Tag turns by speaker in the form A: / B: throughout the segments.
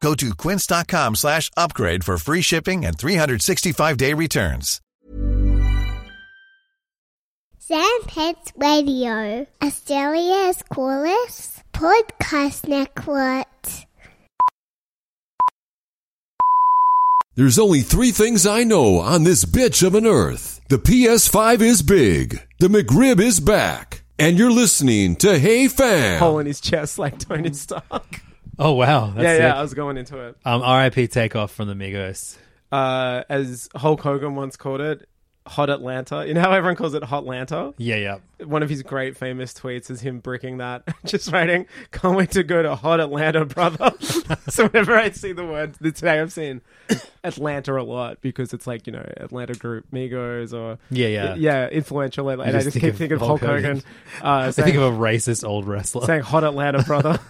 A: Go to quince.com slash upgrade for free shipping and 365-day returns.
B: Sandpets Radio, Australia's coolest podcast network.
C: There's only three things I know on this bitch of an earth. The PS5 is big. The McRib is back. And you're listening to Hey Fam.
D: hole in his chest like Tony Stark.
E: Oh wow!
D: yeah,
E: That's Mm. sick.
D: yeah, I was going into it.
E: Um, R.I.P. Takeoff from the Migos.
D: Uh, as Hulk Hogan once called it, Hot Atlanta. You know how everyone calls it Hot Atlanta?
E: Yeah, yeah.
D: One of his great famous tweets is him bricking that, just writing, can't wait to go to Hot Atlanta, brother. so whenever I see the word the- today, I've seen Atlanta a lot because it's like, you know, Atlanta Group, Migos, or.
E: Yeah, yeah.
D: Yeah, influential. And I
E: just
D: just
E: think
D: keep
E: of
D: thinking of Hulk
E: Hulk
D: Hogan.
E: Hogan.
D: Uh,
E: I think
D: saying-
E: of a racist old wrestler.
D: saying hot Atlanta brother.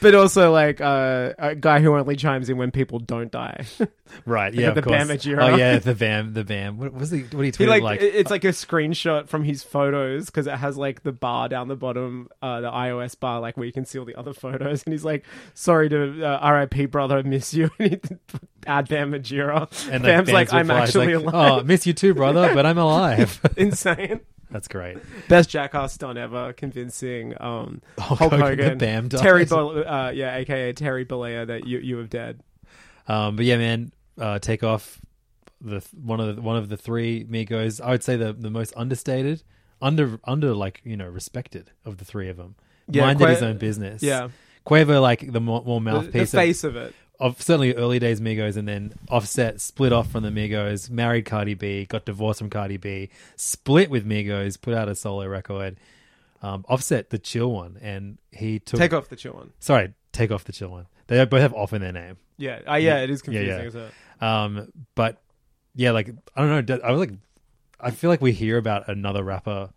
D: but also like uh, a guy who only chimes in when people don't die.
E: right? Yeah,
D: the
E: of course.
D: Bam Majira.
E: Oh yeah, the Bam, the Bam. What was he? What he tweeted
D: he like,
E: like? uh,
D: it- it's like a screenshot from his photos because it has like the bar down the bottom, uh, the iOS bar, like where you can see all the other photos. And he's like, "Sorry to uh, RIP, brother, I miss you." And he add Bam Majira.
E: and the
D: Bam's like,
E: fans
D: "I'm
E: replied,
D: actually
E: like,
D: alive."
E: Oh, miss you too, brother, but I'm alive.
D: Insane.
E: That's great.
D: Best jackass stunt ever, convincing um, Hulk,
E: Hogan, the
D: Hogan,
E: Bam dies.
D: Terry, Bol- uh, yeah, aka Terry Bollea, that you you have dead.
E: Um, but yeah, man, uh, take off the th- one of the, one of the three Migos. I would say the the most understated, under under like you know respected of the three of them.
D: Yeah,
E: Minded
D: Qua-
E: his own business.
D: yeah.
E: Quavo like the more, more
D: The, the
E: mouthpiece. of-
D: face of it.
E: of certainly early days Migos and then Offset split off from the Migos, married Cardi B, got divorced from Cardi B, split with Migos, put out a solo record. Um, Offset the chill one, and he took
D: Take off the chill one.
E: Sorry, take off the chill one. They both have off in their name.
D: Yeah, uh, yeah, it is
E: Yeah,
D: confusing.
E: yeah.
D: Is it?
E: Um, but yeah, like I don't know. d- I was like, I feel like we hear about another rapper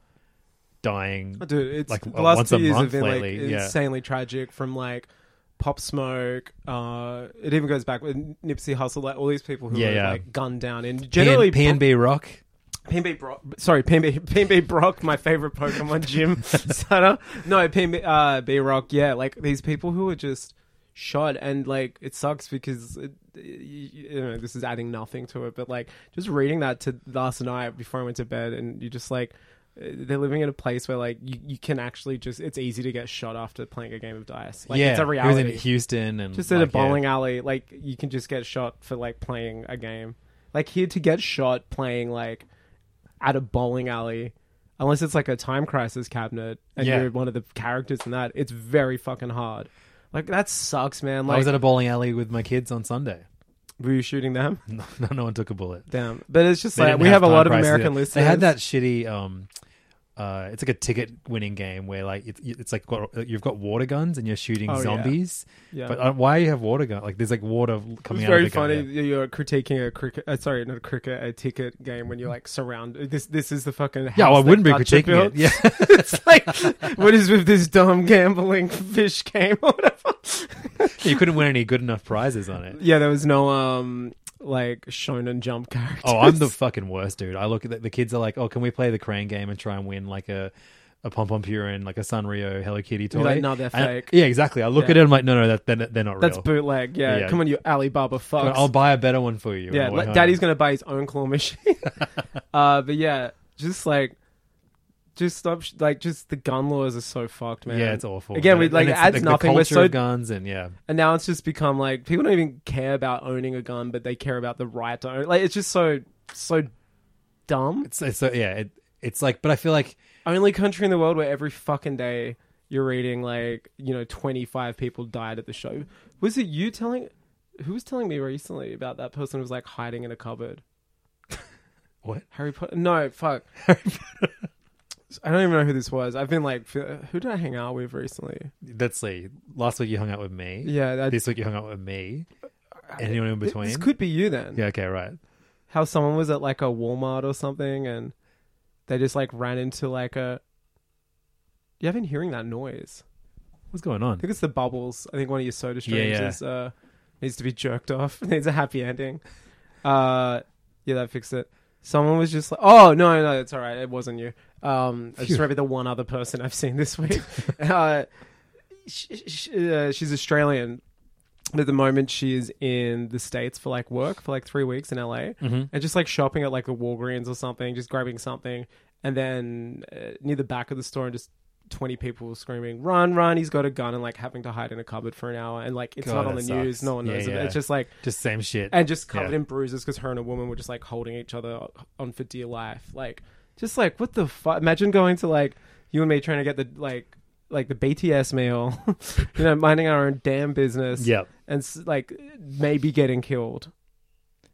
E: dying.
D: Oh, dude, it's
E: Like,
D: the
E: uh,
D: last
E: once
D: two
E: a
D: years have
E: month
D: been like
E: lately, yeah.
D: insanely tragic. From like Pop Smoke, uh, it even goes back with Nipsey Hussle, like all these people who
E: Yeah,
D: were
E: yeah.
D: like gunned down. And
E: P-
D: generally,
E: PNB Rock.
D: PNB Brock, sorry, PNB, PNB Brock, my favorite Pokemon gym starter. No, PNB uh, B Rock, yeah, like these people who are just shot, and like it sucks because it, you, you know this is adding nothing to it. But like just reading that to last night before I went to bed, and you just like uh, they're living in a place where like you, you can actually just it's easy to get shot after playing a game of dice. Like
E: yeah,
D: it's a
E: He
D: reality.
E: was in Houston and
D: Just at a
E: like, yeah.
D: bowling alley, like you can just get shot for like playing a game. Like here to get shot playing like at a bowling alley, unless it's like a time crisis cabinet and
E: Yeah.
D: you're one of the characters in that, it's very fucking hard. Like that sucks, man.
E: I
D: Like
E: was at a bowling alley with my kids on Sunday.
D: were you shooting them?
E: No, no, no one took a bullet.
D: Damn. But it's just
E: They
D: like
E: didn't
D: we have, a
E: time
D: lot of
E: prices.
D: American listeners.
E: They had that shitty. Um, uh, it's like a ticket winning game where like it's, it's like got, uh, you've got water guns and you're shooting
D: Oh, yeah.
E: zombies.
D: Yeah.
E: But uh, why you have water gun? Like there's like water
D: It's
E: coming out.
D: very
E: of the gun,
D: funny.
E: yeah.
D: that You're critiquing a cricket. Uh, sorry, not a cricket, a ticket game when you're like surrounded. This this is the fucking. House
E: Yeah, well, I
D: that
E: wouldn't be
D: Thatcher
E: critiquing it.
D: built.
E: Yeah.
D: it's like, what is with this dumb gambling fish game or whatever?
E: you couldn't win any good enough prizes on it.
D: yeah, there was no um like Shonen Jump character.
E: Oh, I'm the fucking worst, dude. I look at the, the kids are like, oh, can we play the crane game and try and win like a a pom pom and like a Sanrio Hello Kitty toy?
D: You're like, "No, they're
E: And-
D: fake."
E: yeah, exactly. I look
D: Yeah.
E: at it. I'm like, no, no, that, they're, they're not
D: That's
E: real.
D: bootleg. Yeah,
E: Yeah.
D: come on, you Alibaba fucks.
E: But I'll buy a better one for you. on
D: yeah,
E: the way
D: like,
E: home.
D: Daddy's gonna buy his own claw machine. uh, but yeah, just like. Just stop! Sh- like, just the gun laws are so fucked, man.
E: Yeah, it's awful.
D: Again,
E: And
D: we
E: it-
D: like
E: and
D: it
E: it's
D: adds
E: the,
D: nothing.
E: The
D: We're
E: culture
D: so
E: of guns and yeah,
D: and now it's just become like people don't even care about owning a gun, but they care about the right to own. Like it's just so so dumb?
E: So, so yeah, it, it's like, but I feel like
D: Only country in the world where every fucking day you're reading like you know twenty five people died at the show. Was it you telling? Who was telling me recently about that person who was like hiding in a cupboard?
E: What?
D: Harry Potter? No, fuck. I don't even know who this was. I've been like, f- who did I hang out with recently?
E: let's see. Last week you hung out with me.
D: Yeah, that,
E: This week you hung out with me. Anyone in
D: th-
E: between?
D: This could be you then.
E: yeah. Okay. Right.
D: how someone was at like a Walmart or something and they just like ran into like a. You haven't hearing that noise.
E: What's going
D: I
E: on?
D: think it's the bubbles. I think one of your soda streams
E: yeah.
D: is, uh, needs to be jerked off. needs a happy ending. Uh, yeah, that fixed it. Someone was just like, oh no, no, it's all right. It wasn't you. Um, I just remember the one other person I've seen this week. uh, sh sh uh, she's Australian, but at the moment she is in the states for like work for like three weeks in LA,
E: Mm-hmm.
D: and just like shopping at like the Walgreens or something, just grabbing something, and then uh, near the back of the store, and just twenty people screaming, "Run, run! He's got a gun!" and like having to hide in a cupboard for an hour, and like it's
E: God,
D: not on the
E: that
D: news,
E: sucks.
D: no one
E: Yeah,
D: knows of
E: yeah.
D: it. It's just like
E: Just same shit.
D: and just covered
E: Yeah.
D: in bruises because her and a woman were just like holding each other on for dear life. Like, just like what the fuck? Imagine going to like you and me trying to get the like like the BTS meal, you know, minding our own damn business.
E: Yep.
D: and s- like maybe getting killed.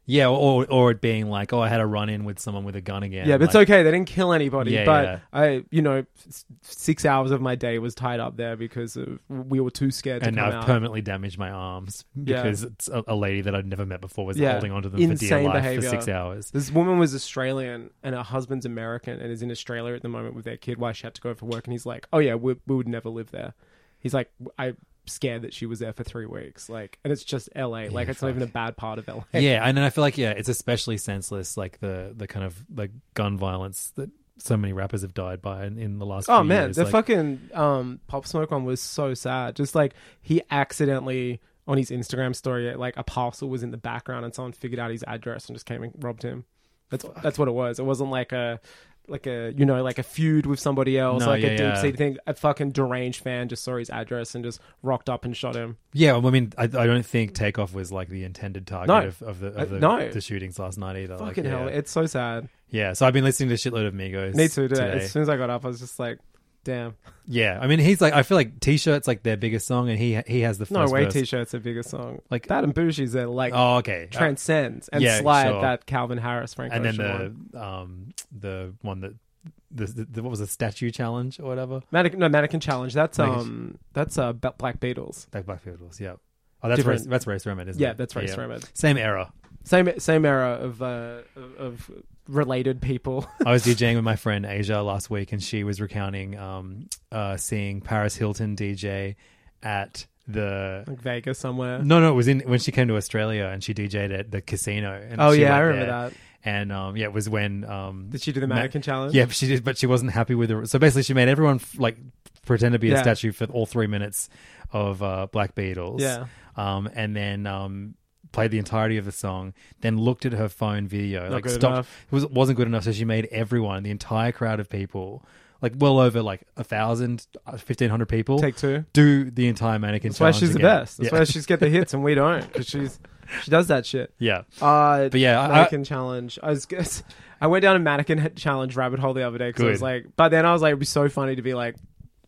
E: Yeah, or or it being like, oh, I had a run in with someone with a gun again.
D: Yeah, but it's
E: Like,
D: okay. They didn't kill anybody.
E: Yeah,
D: but
E: yeah.
D: I, you know, s- six hours of my day was tied up there because of, we were too scared to
E: And
D: come
E: now
D: out.
E: I've permanently damaged my arms
D: Yeah.
E: because it's a, a lady that I'd never met before was
D: Yeah.
E: holding onto them for
D: Insane
E: dear life
D: behavior.
E: for six hours.
D: This woman was Australian and her husband's American and is in Australia at the moment with their kid while she had to go for work. And he's like, oh, yeah, we, we would never live there. He's like, I'm scared that she was there for three weeks. Like, and it's just LA. like, it's not even a bad part of LA.
E: Yeah, and then I feel like yeah, it's especially senseless, like the the kind of like gun violence that so many rappers have died by in, in the last.
D: Oh
E: few
D: man,
E: years.
D: the
E: like,
D: fucking um, Pop Smoke one was so sad. Just like he accidentally on his Instagram story, like a parcel was in the background, and someone figured out his address and just came and robbed him. That's that's what it was. It wasn't like a like a you know like a feud with somebody else,
E: No,
D: like
E: yeah,
D: a
E: yeah.
D: deep seated thing. A fucking deranged fan just saw his address and just rocked up and shot him.
E: Yeah, well, I mean, I, I don't think Takeoff was like the intended target
D: No.
E: of, of the
D: Uh,
E: of the,
D: no.
E: the shootings last night either. like,
D: Fucking
E: yeah.
D: hell, it's so sad.
E: yeah. So I've been listening to a shitload of Migos.
D: Me too. Today.
E: today.
D: As soon as I got up, I was just like, damn.
E: Yeah, I mean, he's like, I feel like T-shirts like their biggest song, and he he has the first
D: No way,
E: verse.
D: t-shirts are bigger song. Like
E: Like-
D: that and Bougie's are like
E: Oh, okay. Uh,
D: transcends and
E: yeah,
D: slide
E: sure.
D: that Calvin Harris Frank
E: and then
D: Ocean one.
E: the um the one that the, the, the- what was the statue challenge or whatever
D: Mannequin, no mannequin challenge. That's
E: Mannequin-
D: um that's uh Be- Black Beatles.
E: that Blackfield was yeah oh that's
D: Different-
E: race, that's race remit isn't
D: Yeah,
E: it
D: that's Race Remit.
E: same era
D: Same same era of uh of, of related people.
E: I was DJing with my friend Asia last week and she was recounting um uh seeing Paris Hilton DJ at the
D: like Vegas somewhere.
E: no no it was in when she came to Australia and she DJ'd at the casino and
D: Oh,
E: she
D: yeah, I
E: went
D: remember
E: there.
D: that.
E: and um yeah it was when um
D: Did she do the
E: Ma-
D: mannequin challenge?
E: Yeah, she did, but she wasn't happy with her. So basically, she made everyone f- like pretend to be a
D: Yeah.
E: statue for all three minutes of uh, Black Beatles.
D: Yeah.
E: um, and then um, played the entirety of the song. Then looked at her phone video. like
D: good
E: stopped.
D: enough.
E: It was, wasn't good enough. So she made everyone, the entire crowd of people. Like well over like a thousand, uh, fifteen hundred people.
D: Take two.
E: Do the entire mannequin
D: That's why
E: challenge
D: she's the
E: again.
D: best. That's
E: yeah.
D: why she's get the hits and we don't because she's she does that shit.
E: yeah.
D: Uh,
E: But yeah, I-
D: mannequin challenge. I was, guess- I went down a mannequin challenge rabbit hole the other day because I was
E: Good.
D: like, but then I was like, it'd be so funny to be like,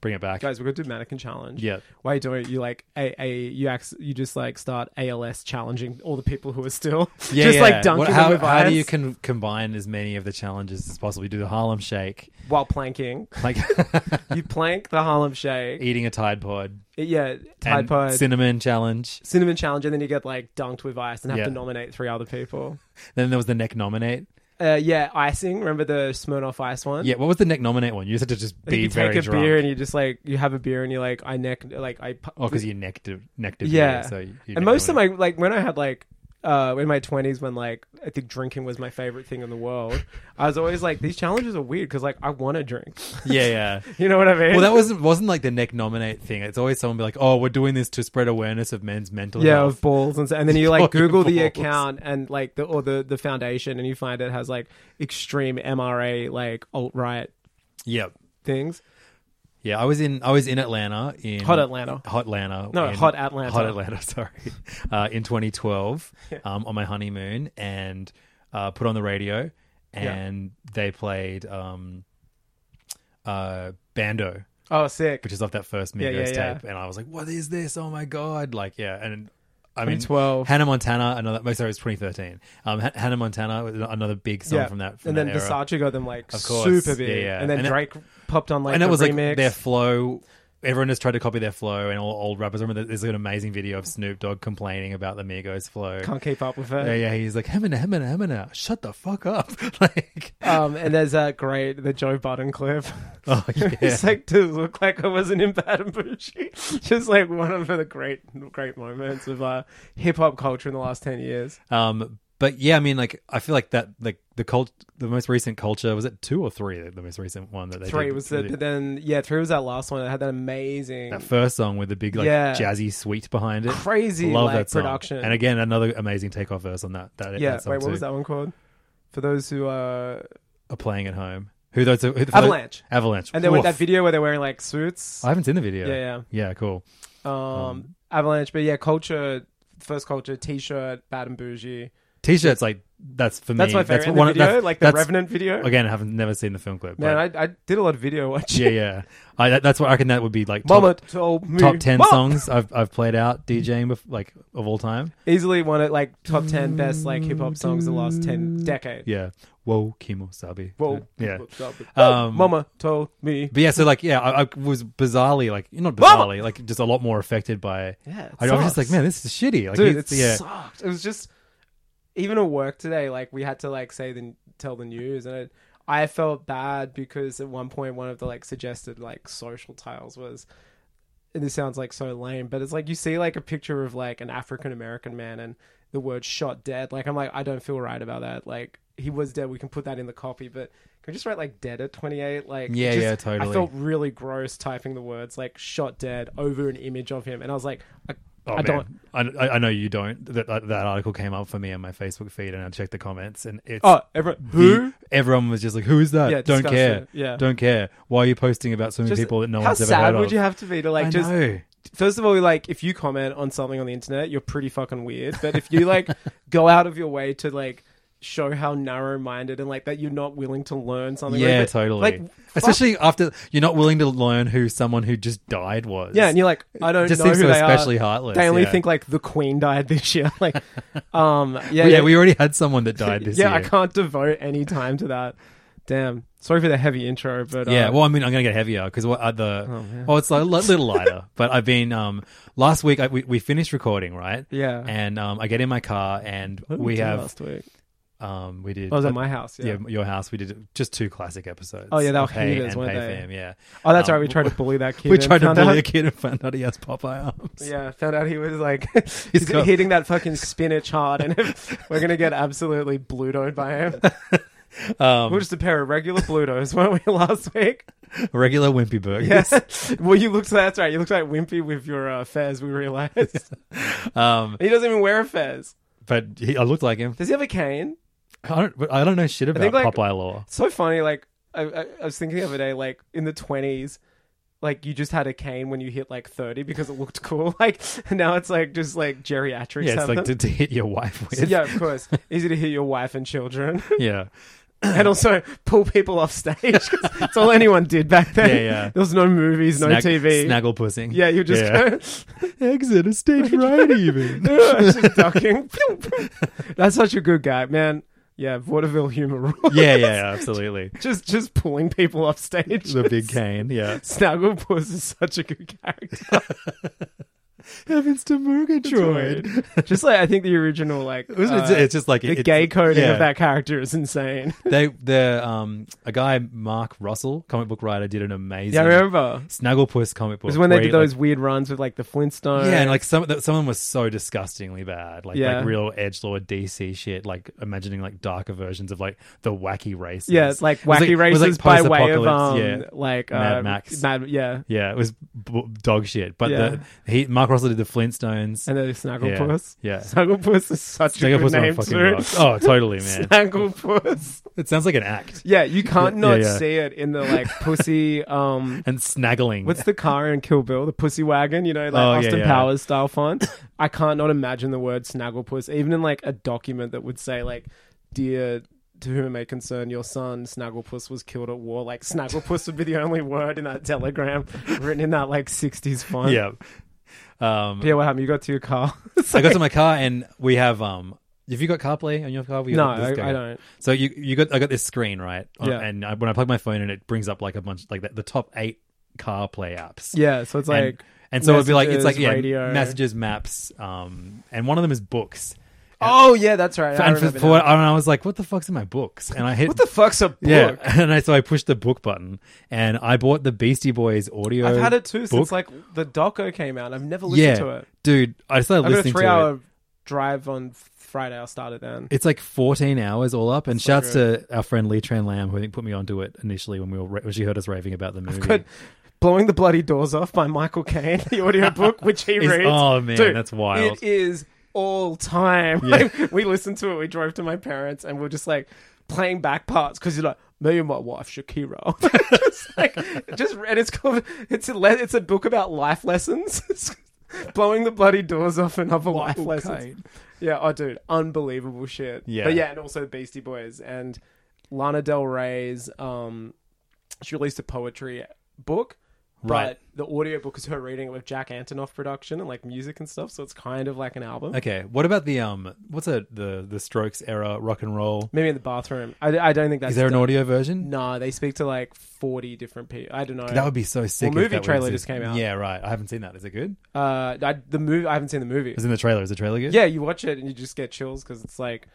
E: Bring it back.
D: guys, we're gonna do mannequin challenge.
E: Yeah.
D: Why you doing it? You like a a you ax, you just like start ALS challenging all the people who are still
E: Yeah,
D: just
E: yeah.
D: like dunking
E: What-
D: them
E: how,
D: with
E: how do
D: ice
E: you can combine as many of the challenges as possible? You do the Harlem Shake,
D: while planking.
E: like
D: you plank the Harlem Shake.
E: eating a Tide Pod,
D: Yeah,
E: E- and
D: Tide Pod.
E: cinnamon challenge.
D: Cinnamon challenge, and then you get like dunked with ice and have
E: Yeah.
D: to nominate three other people.
E: Then there was the neck nominate.
D: Uh, yeah, icing. Remember the Smirnoff ice one?
E: Yeah, what was the neck nominate one? You just had to just be
D: you
E: very
D: take a
E: drunk.
D: beer and you just like you have a beer and you like I neck like I pu-
E: oh, because you necked a, necked a beer,
D: yeah.
E: So you, you
D: and
E: neck
D: most of
E: nominate.
D: my like when I had like uh in my twenties when like I think drinking was my favorite thing in the world, I was always like these challenges are weird because like I want to drink.
E: yeah, yeah.
D: You know what I mean?
E: Well, that wasn't wasn't like the neck nominate thing. It's always someone be like, "Oh, we're doing this to spread awareness of men's mental
D: yeah,
E: health."
D: of balls and, so, and then you like
E: Fucking
D: Google the
E: balls.
D: account and like the or the the foundation and you find it has like extreme MRA like alt right
E: yeah,
D: things.
E: yeah. I was in I was in Atlanta in
D: Hot Atlanta.
E: Hot Atlanta.
D: No,
E: in-
D: Hot Atlanta.
E: Hot Atlanta. Sorry, uh, in 2012, um, on my honeymoon, and uh, put on the radio,
D: Yeah.
E: and they played um, uh, Bando,
D: Oh, sick.
E: which is off that first Migos
D: Yeah, yeah, yeah.
E: tape, and I was like, "What is this? Oh my god!" Like, yeah, and I mean,
D: 2012.
E: Hannah Montana, another. oh, Sorry, it was 2013. Um, H- Hannah Montana, was another big song
D: yeah.
E: from that. From
D: and
E: that
D: then
E: era.
D: Versace got them like
E: Of course.
D: super big.
E: Yeah, yeah.
D: And then
E: And it-
D: Drake popped on like
E: and
D: the
E: it was
D: remix.
E: like their flow. Everyone has tried to copy their flow, and all old rappers. I remember there's an amazing video of Snoop Dogg complaining about the Migos flow.
D: Can't keep up with
E: yeah,
D: it.
E: yeah, he's like, "Hemina, hemina, hemina, shut the fuck up!" like,
D: Um, and there's that great the Joe Budden clip.
E: oh yeah,
D: It's like to look like I wasn't in Bad and Bougie. Just like one of the great, great moments of uh, hip hop culture in the last ten years.
E: Um, but yeah, I mean, like, I feel like that, like the cult, the most recent culture was it two or three? The most recent one that they
D: three
E: did,
D: was the, but then yeah, three was that last one. that had that amazing,
E: that first song with the big like
D: Yeah.
E: jazzy suite behind it.
D: crazy
E: Love
D: like
E: that song.
D: production.
E: And again, another amazing takeoff verse on that. That
D: yeah,
E: that song
D: wait, what
E: too.
D: was that one called? For those who uh,
E: Are playing at home. Who those? Who, who,
D: Avalanche.
E: Avalanche.
D: and then with
E: Woof.
D: that video where they're wearing like suits,
E: I haven't seen the video.
D: Yeah, yeah.
E: yeah. Cool.
D: um, Avalanche. But yeah, culture. First culture T-shirt, Bad and Bougie.
E: T-shirts like that's for
D: That's
E: me.
D: my favorite in the
E: one of-
D: video,
E: that's-
D: like the
E: that's-
D: Revenant video.
E: Again, I haven't never seen the film clip.
D: Man,
E: but,
D: I, I did a lot of video watching.
E: yeah, yeah. I, that, that's what I reckon. That would be like top-
D: Mama told me
E: top 10
D: Mama-
E: songs I've, I've played out DJing bef- like of all time.
D: Easily one of like top ten best like hip hop songs of the last ten decades.
E: Yeah. Whoa, Kimo Sabi. Uh,
D: Whoa,
E: Yeah.
D: Oh,
E: Um,
D: Mama told me.
E: But yeah, so like, yeah, I, I was bizarrely like, not bizarrely, like just a lot more affected by.
D: Yeah, it
E: I, I was just
D: sucks.
E: like, man, this is shitty. Like,
D: Dude,
E: he's-
D: it
E: yeah,
D: sucked. It was just even at work today. Like we had to like say the tell the news, and it, I felt bad because at one point one of the like suggested like social tiles was. And this sounds like so lame, but it's like you see like a picture of like an African American man and the word "shot dead." Like I'm like I don't feel right about that. Like he was dead. We can put that in the copy, but can we just write like "dead" at 28? Like
E: Yeah,
D: just-
E: yeah,
D: I
E: totally.
D: felt really gross typing the words like "shot dead" over an image of him, and I was like, I,
E: Oh,
D: I
E: man.
D: don't.
E: I, I- I know you don't. That, that that article came up for me on my Facebook feed, and I checked the comments, and it's
D: Oh, everyone who?
E: the- everyone was just like, "Who is that?
D: Yeah,
E: don't
D: disgusting.
E: care.
D: Yeah.
E: Don't care. Why are you posting about so many
D: Just-
E: people that no
D: how
E: one's ever
D: sad
E: heard
D: would
E: of?"
D: you have to be to like
E: I
D: just
E: know.
D: first of all, like if you comment on something on the internet, you're pretty fucking weird. But if you like go out of your way to like show how narrow minded and like that you're not willing to learn something. like,
E: Yeah,
D: but-
E: totally.
D: Like
E: Especially after you're not willing to learn who someone who just died was.
D: Yeah, and you're like, I don't
E: Just
D: know
E: seems
D: who
E: so
D: they are.
E: especially heartless,
D: They only
E: yeah.
D: think like the Queen died this year. Like, um, yeah,
E: yeah, we already had someone that died this
D: yeah.
E: year.
D: I can't devote any time to that. Damn, sorry for the heavy intro, but
E: Yeah,
D: uh,
E: well, I mean, I'm gonna get heavier because what are the? Oh, it's like a li- little lighter. but I've been um last week. I, we we finished recording, right?
D: Yeah. Oh,
E: And um, I get in my car and
D: what did
E: we
D: do
E: have
D: last week.
E: um we did.
D: I was
E: uh,
D: at Oh, my house.
E: yeah. your house. We did just two classic episodes.
D: Oh, yeah, they were
E: of Hey
D: heathens,
E: and
D: weren't
E: Pay
D: they?
E: Fam, yeah.
D: Oh, that's
E: Um,
D: right. We tried to bully that kid.
E: we
D: and
E: tried to
D: found
E: bully
D: out-
E: a kid and found out he has Popeye arms.
D: Yeah, found out he was like
E: He's
D: he's
E: got-
D: hitting that fucking spinach hard, and if we're gonna get absolutely blutoed by him.
E: Um,
D: We're just a pair of regular blutos, weren't we last week?
E: regular wimpy burgers.
D: well, you looked. That's right. You looked like Wimpy with your uh, fez. We realized
E: Um,
D: he doesn't even wear a fez.
E: but he, I looked like him.
D: Does he have a cane?
E: I don't. but I don't know shit about
D: think, like-
E: Popeye lore.
D: So funny. Like I, I, I was thinking the other day, like in the twenties. Like you just had a cane when you hit like thirty because it looked cool. Like now it's like just like geriatrics.
E: Yeah,
D: have
E: it's like
D: them.
E: to, to hit your wife with.
D: yeah, of course. Easy to hit your wife and children.
E: yeah.
D: and also pull people off stage. 'cause It's all anyone did back then.
E: Yeah, yeah.
D: There was no movies, no
E: Snag-
D: TV.
E: Snaggle pussing.
D: Yeah, you just go,
E: exit a stage right even.
D: it's just ducking. That's such a good guy, man. Yeah, vaudeville humor rules.
E: yeah, yeah, yeah, absolutely.
D: just just pulling people off stage.
E: The big cane, yeah.
D: Snagglepuss is such a good character.
E: Heavens to Murgatroyd.
D: just like I think the original like
E: It was- It's,
D: uh,
E: it's just like
D: the
E: it's-
D: gay coding
E: yeah.
D: of that character is insane.
E: They, the um, a guy Mark Russell, comic book writer, did an amazing
D: Yeah, I remember.
E: Snagglepuss comic book.
D: It was when they
E: where he,
D: did those
E: like-
D: weird runs with like the Flintstones.
E: yeah, and like some that- someone was so disgustingly bad, like
D: Yeah.
E: like real edge lord DC shit, like imagining like darker versions of like the wacky races.
D: Yeah, it's like
E: It was
D: wacky
E: it was,
D: races by way of
E: post-apocalypse,
D: um,
E: yeah.
D: like uh,
E: Mad Max.
D: Mad, yeah,
E: Yeah, it was b- dog shit. But
D: Yeah.
E: the, he Mark Russell did the Flintstones.
D: and then Snagglepuss.
E: Yeah.
D: Snagglepuss is such a
E: Snagglepuss
D: good name
E: fucking
D: too.
E: rocks. Oh, totally, man.
D: Snagglepuss.
E: It sounds like an act.
D: Yeah, you can't
E: Yeah,
D: not
E: yeah.
D: see it in the like pussy. Um,
E: And snaggling.
D: what's the car in Kill Bill? The pussy wagon. You know, like
E: Oh, yeah,
D: Austin
E: yeah.
D: Powers style font. I can't not imagine the word Snagglepuss, even in like a document that would say like, "Dear to whom it may concern, your son Snagglepuss was killed at war. Like Snagglepuss would be the only word in that telegram written in that like '60s font.
E: yeah. Um,
D: Yeah. What happened? You got to your car. It's
E: I got
D: like-
E: to my car and we have um. Have you got CarPlay on your car? We
D: No,
E: got this
D: I-
E: guy.
D: I don't.
E: So you you got I got this screen right. On-
D: Yeah.
E: And I, when I plug my phone in, it brings up like a bunch like the, the top eight CarPlay apps.
D: yeah. So it's like.
E: and, and so it'd be like it's like
D: messages,
E: yeah
D: radio.
E: messages, maps, um, and one of them is books.
D: Oh yeah, that's right. I
E: and for,
D: remember
E: for-
D: now.
E: and I was like, what the fuck's in my books? And I hit
D: what the fuck's a book?
E: yeah, and I so I pushed the book button, and I bought the Beastie Boys audio.
D: I've had it too
E: book.
D: since like the doco came out. I've never listened
E: yeah,
D: to it.
E: dude. I started
D: I've got a
E: listening to it.
D: three-hour drive on Friday. I'll start it then.
E: It's like 14 hours all up. And shouts to our friend Lee Tran Lam, who I think put me onto it initially when we were ra- when she heard us raving about the movie.
D: Good. Blowing the Bloody Doors Off by Michael Caine, the audiobook, which he
E: It's-
D: reads.
E: oh, man, that's wild.
D: It is all time. Like, we listened to it. We drove to my parents and we are just like playing back parts because you're like, me and my wife, Shakira. just like, just, and it's called, it's a, le- it's a book about life lessons. It's blowing the bloody doors off and other life lessons. Yeah, oh, dude, unbelievable shit.
E: Yeah.
D: But yeah, and also Beastie Boys and Lana Del Rey's, um, she released a poetry book.
E: Right.
D: But the audiobook is her reading it with Jack Antonoff production and like music and stuff, so it's kind of like an album.
E: Okay, what about the um? What's a, the the Strokes era rock and roll?
D: Maybe in the bathroom. I, I don't think that's
E: Is there an
D: done.
E: audio version?
D: No, they speak to like forty different people. I don't know.
E: That would be so sick.
D: Well,
E: if
D: movie
E: that was
D: trailer
E: it.
D: just came out.
E: Yeah, right. I haven't seen that. Is it good?
D: Uh, I, the movie. I haven't seen the movie.
E: It's in the trailer. Is the trailer good?
D: Yeah, you watch it and you just get chills because it's like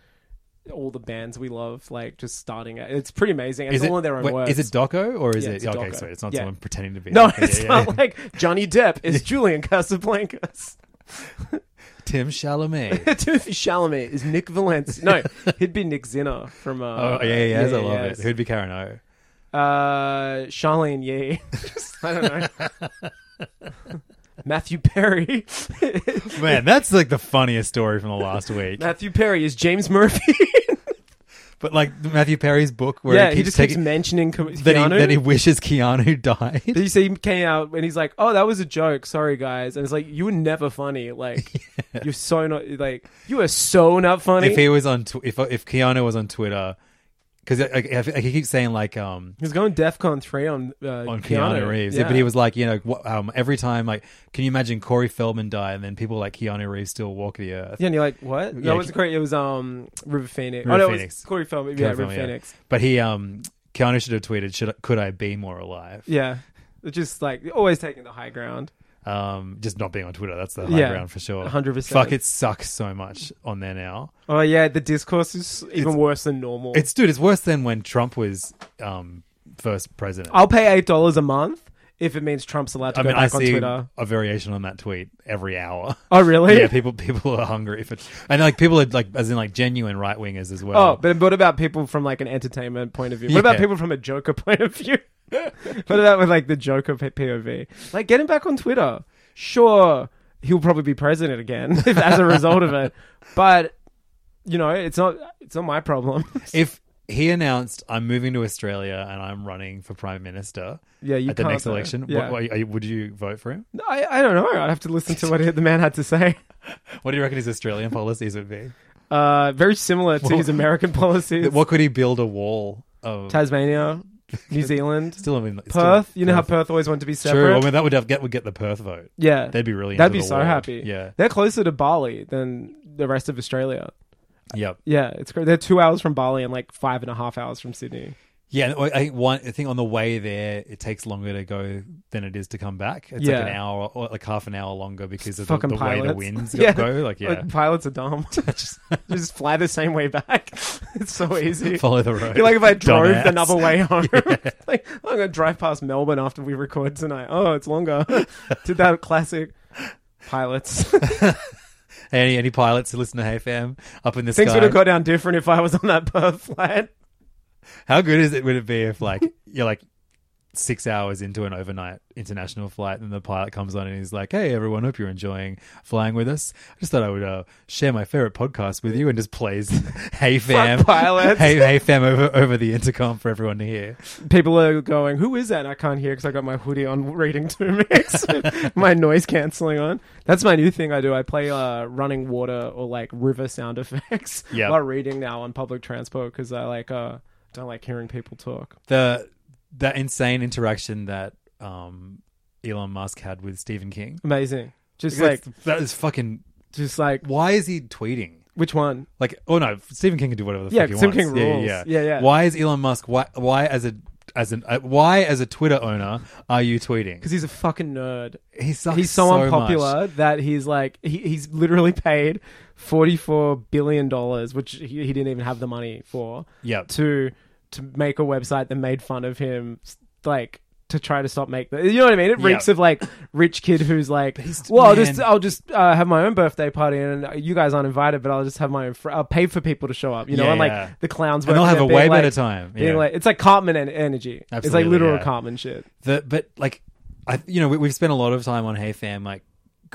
D: all the bands we love, like just starting. It. It's pretty amazing. And
E: Is
D: it's
E: it,
D: all in their own
E: wait,
D: words.
E: is it Doco or is
D: Yeah,
E: it
D: it's a
E: okay?
D: doco.
E: So it's not
D: Yeah.
E: someone pretending to be.
D: No,
E: okay,
D: it's
E: yeah,
D: not
E: yeah.
D: like Johnny Depp is Julian Casablancas.
E: Tim Chalamet.
D: Timothy Chalamet is Nick Valencia. No, he'd be Nick Zinner from. Uh,
E: oh yeah, yeah, yes, I love
D: yes.
E: it. Who'd be Karen O?
D: Uh, Charlene Yee. Just- I don't know. Matthew Perry.
E: Man, that's like the funniest story from the last week.
D: Matthew Perry is James Murphy.
E: But like Matthew Perry's book, where
D: yeah,
E: he keeps
D: he just
E: taking,
D: keeps mentioning Ke-
E: that he,
D: Keanu.
E: that he wishes Keanu died.
D: Did you see him came out and he's like, "Oh, that was a joke. Sorry, guys." And it's like, "You were never funny. Like, you're so not like you are so not funny."
E: if he was on, tw- if if Keanu was on Twitter, because like, I- I- he keeps saying like um
D: he was going DefCon three on uh,
E: on Keanu, Reeves, but he was like you know wh- um every time like can you imagine Corey Feldman die and then people like Keanu Reeves still walk the earth?
D: Yeah, and you're like, "What?" No,
E: Yeah,
D: it was Corey. It was um River Phoenix.
E: River
D: oh no,
E: Phoenix.
D: it was Corey Feldman.
E: Corey
D: Yeah, River
E: Feldman, yeah.
D: Phoenix.
E: But he um Keanu should have tweeted should I- could I be more alive?
D: Yeah, It's just like always taking the high ground.
E: Um, just not being on Twitter that's the high
D: Yeah,
E: ground for sure.
D: 100%.
E: Fuck, it sucks so much on there now.
D: Oh yeah, the discourse is even worse than normal.
E: It's dude, it's worse than when Trump was um first president.
D: I'll pay eight dollars a month if it means Trump's allowed to
E: I
D: go
E: mean, I
D: back on
E: see
D: Twitter.
E: a variation on that tweet every hour.
D: Oh really?
E: yeah, people people are hungry for, and like people are like as in like genuine right wingers as well.
D: Oh, but what about people from like an entertainment point of view? What about
E: Yeah.
D: people from a Joker point of view? what about with like the Joker P- POV? Like, get him back on Twitter. Sure, he'll probably be president again if- as a result of it, but you know, it's not it's not my problem.
E: if he announced I'm moving to Australia and I'm running for prime minister
D: yeah, you
E: at the
D: can't,
E: next
D: though.
E: election,
D: Yeah.
E: what, what- are you- would you vote for him?
D: I, I don't know. I'd have to listen to what the man had to say.
E: What do you reckon his Australian policies would be?
D: Uh, very similar to his American policies.
E: What could he build a wall of?
D: Tasmania, New Zealand,
E: still, I mean, still-
D: Perth. You know how Perth always wanted to be separate.
E: True. I mean, that would have, get would get the Perth vote.
D: Yeah,
E: They'd be really.
D: They'd
E: into
D: be
E: the
D: so
E: wall.
D: happy.
E: Yeah.
D: they're closer to Bali than the rest of Australia.
E: Yep.
D: Yeah, it's great. They're two hours from Bali and like five and a half hours from Sydney.
E: Yeah, and I think one. I think on the way there, it takes longer to go than it is to come back. It's
D: Yeah.
E: like an hour, or like half an hour longer because of the,
D: Fucking
E: the way
D: pilots.
E: the winds go.
D: Yeah.
E: go. Like, yeah,
D: Like, pilots are dumb. just, just fly the same way back. It's so easy.
E: follow the road.
D: I feel like if I drove
E: dumbass.
D: another way home, like I'm gonna drive past Melbourne after we record tonight. Oh, it's longer. Did that classic pilots.
E: Any any pilots who listen to Hey Fam up in the
D: Things
E: sky?
D: would have gone down different if I was on that Perth flight.
E: How good is it would it be if like you're like six hours into an overnight international flight, and the pilot comes on and he's like, "Hey, everyone, hope you're enjoying flying with us. I just thought I would uh, share my favorite podcast with you," and just plays "Hey Fam"
D: pilots.
E: "Hey Hey Fam" over over the intercom for everyone to hear.
D: People are going, "Who is that?" And I can't hear because I got my hoodie on, reading two mix, my noise canceling on. That's my new thing I do. I play uh, running water or like river sound effects
E: Yeah.
D: while reading now on public transport because I like uh, don't like hearing people talk.
E: The that insane interaction that um, Elon Musk had with Stephen King.
D: Amazing. Just
E: Like
D: like,
E: that is fucking.
D: just like
E: Why is he tweeting?
D: which one?
E: Like, oh no, Stephen King can do whatever the
D: Yeah,
E: fuck he
D: Stephen
E: wants.
D: King rules. Yeah, yeah.
E: Why is Elon Musk? Why? Why as a as an uh, why as a Twitter owner are you tweeting?
D: Because he's a fucking nerd.
E: he sucks
D: he's so,
E: much.
D: unpopular that he's like he, he's literally paid forty four billion dollars, which he, he didn't even have the money for.
E: Yep.
D: To to make a website that made fun of him, s- like to try to stop make the, you know what I mean? It reeks
E: Yep.
D: of like rich kid who's like,
E: he's-
D: well, I'll just
E: man.
D: I'll just uh, have my own birthday party and uh, you guys aren't invited, but I'll just have my own. Fr- I'll pay for people to show up, you know,
E: Yeah,
D: and
E: yeah.
D: like the clowns.
E: And they'll
D: working
E: have
D: there
E: a
D: being
E: way
D: like-
E: better time,
D: being
E: yeah.
D: like- it's like Cartman en- energy. it's like
E: Absolutely,
D: literal
E: yeah.
D: Cartman shit.
E: The, but like, I you know we, we've spent a lot of time on Hey Fam like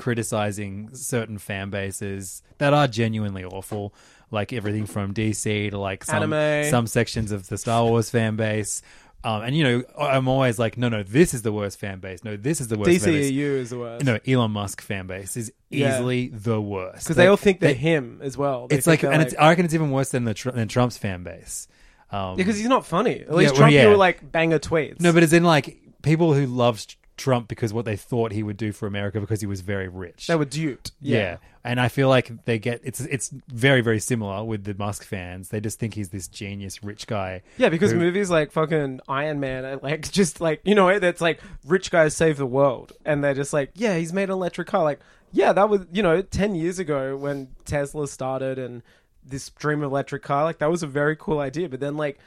E: criticizing certain fan bases that are genuinely awful, like everything from DC to like some
D: Anime.
E: some sections of the Star Wars fan base. Um, and you know, I'm always like, no, no, this is the worst fan base. No, this is the worst. fan base.
D: DCEU is the worst.
E: no Elon Musk fan base is
D: Yeah.
E: easily the worst
D: because they all
E: Like,
D: think they're
E: they-
D: him as well. They
E: it's
D: think they're
E: like, and it's, I reckon it's even worse than the Tr- than Trump's fan base. Um,
D: because he's not funny. At least
E: well,
D: Trump,
E: yeah.
D: you were like banger tweets.
E: no, but it's in like people who loved Trump because what they thought he would do for America because he was very rich.
D: they were duped.
E: yeah.
D: Yeah,
E: and I feel like they get it's it's very very similar with the Musk fans. They just think he's this genius rich guy.
D: Yeah, because
E: who-
D: movies like fucking Iron Man, are like just like you know, that's like rich guys save the world, and they're just like, yeah, he's made an electric car. Like, yeah, that was you know, ten years ago when Tesla started and this dream of electric car, like that was a very cool idea. But then like,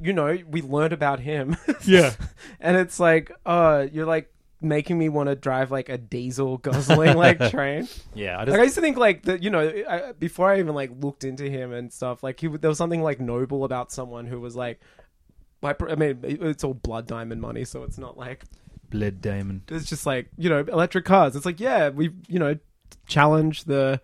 D: you know, we learned about him.
E: Yeah.
D: and it's like, uh, you're like making me want to drive like a diesel guzzling like train.
E: yeah, I just
D: Like I used to think like that, you know, I, before I even like looked into him and stuff, like he w- there was something like noble about someone who was like, my, pr- I mean, it- it's all blood diamond money, so it's not like
E: bled Damon.
D: it's just like you know electric cars. It's like yeah, we you know challenge the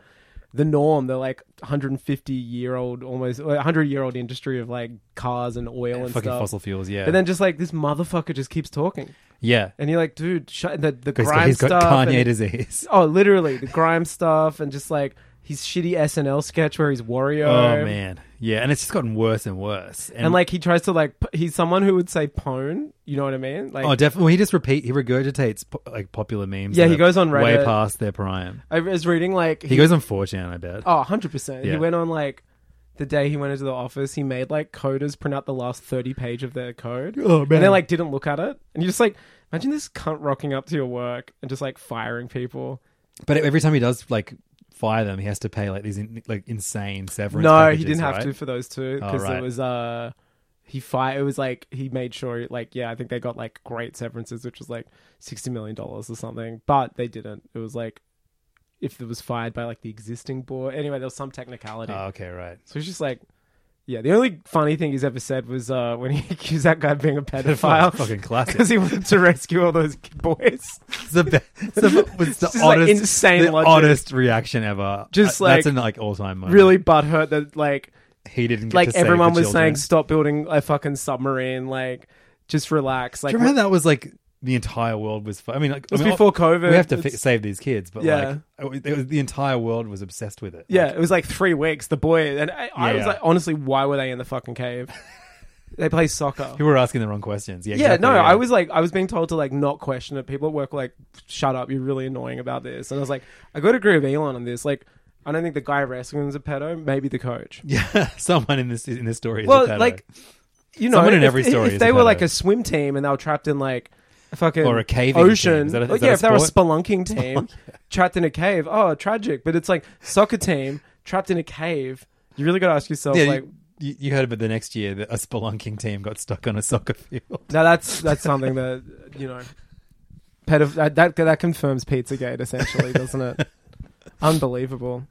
D: the norm, the like 150 year old almost 100 year old industry of like cars and oil and
E: Fucking
D: stuff.
E: fossil fuels, yeah.
D: But then just like this motherfucker just keeps talking,
E: yeah,
D: and you're like, dude, shut the the
E: he's
D: grime
E: got, he's got
D: stuff.
E: Kanye
D: and-
E: disease.
D: Oh, literally the grime stuff and just like his shitty SNL sketch where he's Wario.
E: Oh man, yeah, and it's just gotten worse and worse.
D: And like he tries to like p- he's someone who would say pone. You know what I mean? Like
E: oh, definitely. He just repeat. He regurgitates po- like popular memes.
D: Yeah,
E: that
D: he
E: are
D: goes on
E: way
D: Reddit.
E: past their prime.
D: I was reading like
E: He goes on 4chan, I bet.
D: oh 100 percent. He
E: Yeah.
D: went on like the day he went into the office. He made like coders print out the last 30 page of their code.
E: Oh, man.
D: And they like didn't look at it. And you just like imagine this cunt rocking up to your work and just like firing people.
E: But every time he does like fire them, he has to pay like these in, like insane severance.
D: No, he
E: packages,
D: didn't have
E: right? Oh,
D: to for those two because
E: right.
D: it was uh he fight. It was like he made sure like yeah, I think they got like great severances, which was like sixty million dollars or something, but they didn't. It was like if it was fired by like the existing board. Anyway, there was some technicality.
E: Oh, okay, right.
D: so it's just like. Yeah, the only funny thing he's ever said was uh, when he accused that guy of being a pedophile.
E: Fucking classic.
D: Because he wanted to rescue all those boys.
E: It's the, be- it's the, it's the
D: This is, like,
E: oddest,
D: insane
E: the
D: logic.
E: oddest reaction ever.
D: Just,
E: Uh, that's
D: like,
E: an like all time moment.
D: Really butthurt that, like,
E: he didn't get to
D: like
E: save
D: everyone
E: the
D: was
E: children.
D: saying stop building a fucking submarine like just relax like
E: Do you remember how that was like the entire world was? fu- I mean, like it
D: was before COVID.
E: We have to fi-
D: It's-
E: save these kids, but
D: Yeah.
E: like it was, the entire world was obsessed with it.
D: yeah it was like three weeks the boy and i, I
E: Yeah,
D: was
E: yeah.
D: like honestly why were they in the fucking cave they play soccer
E: People were asking the wrong questions. Yeah,
D: yeah
E: exactly,
D: no i was like i was being told to like not question it people at work were like shut up you're really annoying about this and i was like i gotta agree with elon on this like i don't think the guy wrestling was a pedo maybe the coach
E: yeah. Someone in this in this story. Is
D: well
E: a pedo.
D: like you know
E: Someone in
D: if,
E: every
D: if-
E: story
D: if
E: is
D: they
E: a
D: were
E: pedo.
D: like a swim team and they were trapped in like a fucking
E: Or a caving team.
D: um, ocean
E: Is that a- is
D: Oh,
E: that
D: yeah
E: a
D: if they were a spelunking team trapped in a cave oh tragic but it's like soccer team trapped in a cave you really got to ask yourself
E: yeah,
D: like
E: you, you you heard about the next year that a spelunking team got stuck on a soccer field.
D: now that's that's something that you know pedof- that, that that confirms pizzagate essentially doesn't it unbelievable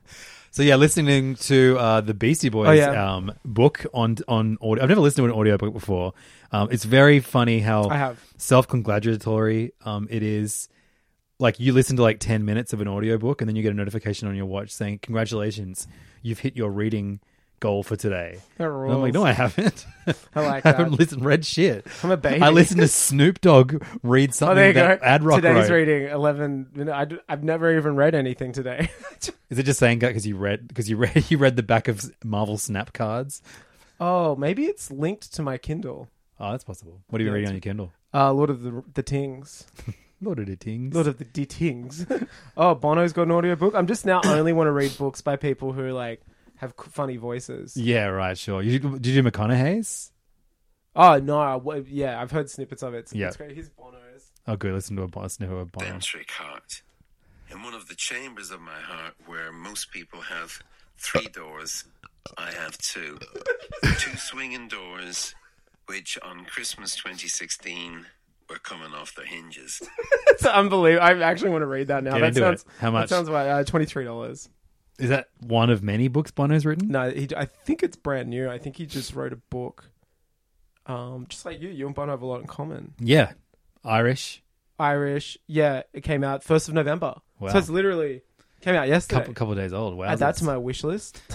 E: So yeah, listening to uh, the Beastie Boys
D: Oh, yeah.
E: um, book on on audio. I've never listened to an audiobook before. Um, it's very funny how
D: I have.
E: self-congratulatory um, it is. Like you listen to like ten minutes of an audiobook and then you get a notification on your watch saying, "Congratulations, you've hit your reading goal for today."
D: That
E: And I'm like,
D: rules.
E: "No, I haven't.
D: I like
E: I haven't
D: that.
E: listened read shit.
D: I'm a baby.
E: I listened to Snoop Dogg read something
D: Oh, there you
E: that
D: go.
E: Ad Rock
D: Today's
E: wrote.
D: reading eleven. You know, I, have never even read anything today.
E: Is it just saying that because you read because you read you read the back of Marvel snap cards?
D: oh, maybe it's linked to my Kindle.
E: Oh, that's possible. What are you reading on your Kindle?
D: Uh, Lord of the the Tings.
E: Lord of the Tings.
D: Lord of the D Tings. oh, Bono's got an audiobook. I'm just now only want to read books by people who like have c- funny voices.
E: yeah, right. Sure. You, did you do McConaughey's?
D: Oh no, I w- yeah, I've heard snippets of it. It's,
E: Yeah.
D: it's great. Here's Bono's.
E: Oh, good. Listen to a boss. Never a boss.
F: Tantric heart. In one of the chambers of my heart, where most people have three doors, I have two. two swinging doors, which on Christmas 2016 were coming off their hinges.
D: It's unbelievable. I actually want to read that now.
E: Get
D: that
E: into
D: sounds
E: it. How much?
D: That sounds like uh, twenty three dollars.
E: Is that one of many books Bono's written?
D: No, he, I think it's brand new. I think he just wrote a book. Um, just like you, you and Bono have a lot in common.
E: Yeah. Irish.
D: Irish, yeah. It came out first of November,
E: Wow.
D: so it's literally came out yesterday.
E: Couple couple days old. Wow.
D: Add that to my wish list.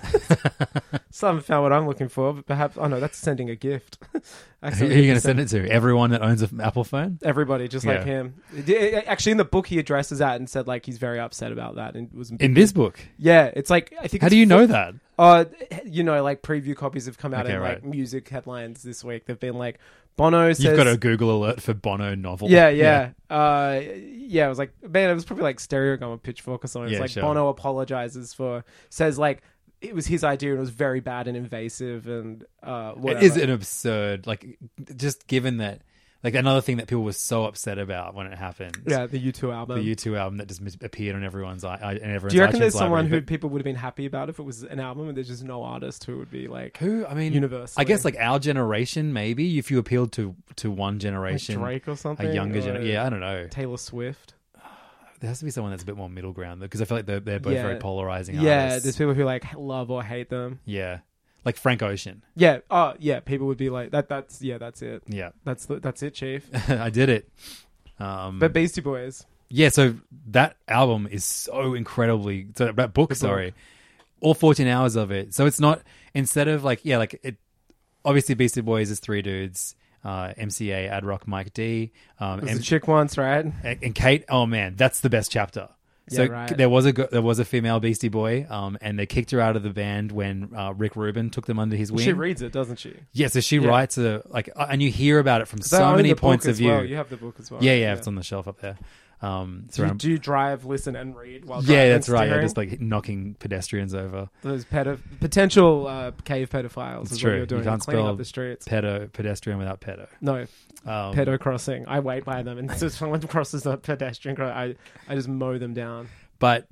D: Still haven't found what I'm looking for, but perhaps oh no, that's sending a gift.
E: Who are you going to send it to? Everyone that owns an Apple phone?
D: Everybody, just
E: Yeah.
D: like him. It- it- Actually, in the book, he addresses that and said like he's very upset about that and was
E: In this book.
D: yeah. It's like I think.
E: How
D: it's
E: do you know
D: fir-
E: that?
D: Uh, you know, like preview copies have come out
E: Okay,
D: in
E: right.
D: like music headlines this week. They've been like Bono says.
E: You've got a Google alert for Bono novel.
D: yeah, yeah, uh, yeah. It was like, man, it was probably like Stereo Gum or Pitchfork or something. It's
E: Yeah,
D: like
E: sure.
D: Bono apologizes for says like it was his idea and it was very bad and invasive and uh, whatever.
E: It is an absurd, like, just given that, like, another thing that people were so upset about when it happened.
D: yeah, the U two album.
E: The U two album that just mis- appeared on everyone's i i- and everyone's.
D: Do you reckon
E: iTunes
D: there's someone
E: library,
D: who people would have been happy about if it was an album and there's just no artist who would be like
E: but who? I mean,
D: universally?
E: I guess like our generation, maybe if you appealed to to one generation,
D: Drake or something?
E: a younger
D: or
E: generation. Yeah, I don't know.
D: Taylor Swift.
E: There has to be someone that's a bit more middle ground because I feel like they're they're both
D: Yeah.
E: very polarizing.
D: yeah,
E: artists.
D: there's people who like love or hate them.
E: yeah, like Frank Ocean.
D: Yeah. Oh, yeah. People would be like that. That's yeah. That's it.
E: Yeah,
D: That's the, that's it, Chief.
E: I did it. Um,
D: But Beastie Boys.
E: yeah, so that album is so incredibly so that book, sorry. All 14 hours of it. So it's not instead of like yeah, like it obviously Beastie Boys is three dudes, uh MCA, Ad Rock, Mike D, um
D: There's
E: and,
D: a chick once, right?
E: and Kate. Oh man, that's the best chapter. So
D: Yeah, right.
E: there was a go- there was a female Beastie Boy, um, and they kicked her out of the band when uh, Rick Rubin took them under his wing.
D: She reads it, doesn't she?
E: yeah, so she writes a like, uh, and you hear about it from
D: I
E: so
D: own
E: many
D: the book
E: points
D: as
E: of view.
D: Well. You have the book as well.
E: yeah, yeah, it's on the shelf up there. Um, it's
D: Do you,
E: around-
D: do you drive, listen, and read while
E: yeah,
D: driving,
E: that's right. Yeah,
D: steering?
E: just like knocking pedestrians over.
D: those pedo- potential uh, cave pedophiles.
E: It's
D: is
E: true.
D: What you're doing.
E: You can't
D: cleaning
E: spell
D: up the streets.
E: Pedo pedestrian without pedo.
D: no,
E: Um,
D: pedo crossing. I wait by them, and so someone crosses a pedestrian. Cro- I I just mow them down.
E: but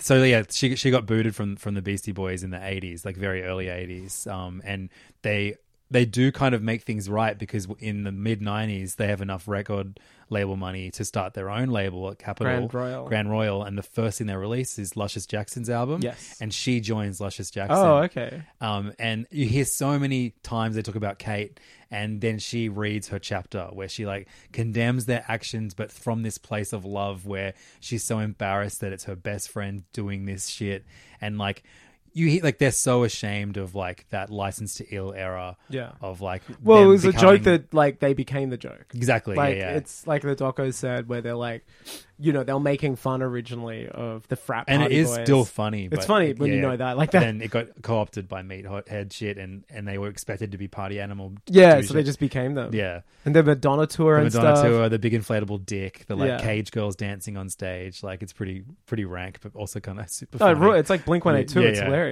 E: so yeah, she she got booted from from the Beastie Boys in the eighties, like very early eighties, um, and they they do kind of make things right because in the mid nineties they have enough record label money to start their own label at Capitol
D: Grand Royal.
E: Grand Royal, and the first thing they release is Luscious Jackson's album,
D: Yes.
E: and she joins Luscious Jackson.
D: Oh, okay.
E: Um, and you hear so many times they talk about Kate, and then she reads her chapter where she like condemns their actions, but from this place of love where she's so embarrassed that it's her best friend doing this shit, and like you hear like they're so ashamed of like that license to ill era,
D: Yeah.
E: of like
D: Well,
E: them
D: it was a joke
E: becoming-
D: that like they became the joke.
E: exactly
D: Like
E: yeah, yeah.
D: it's like the doco said, where they're like, you know, they're making fun originally of the frat.
E: and it
D: party
E: is
D: boys.
E: still funny.
D: It's
E: but-
D: funny when you
E: yeah.
D: know that, like that.
E: Then it got co-opted by meathead shit, and and they were expected to be party animal.
D: yeah,
E: douche-
D: so they just became them.
E: yeah.
D: and the Madonna tour
E: the
D: and
E: Madonna
D: stuff. Oh,
E: tour, the big inflatable dick, the like
D: Yeah.
E: cage girls dancing on stage. Like it's pretty pretty rank, but also kind of super.
D: Oh,
E: funny.
D: right, it's like Blink One Eight Two.
E: Yeah,
D: It's
E: yeah.
D: hilarious.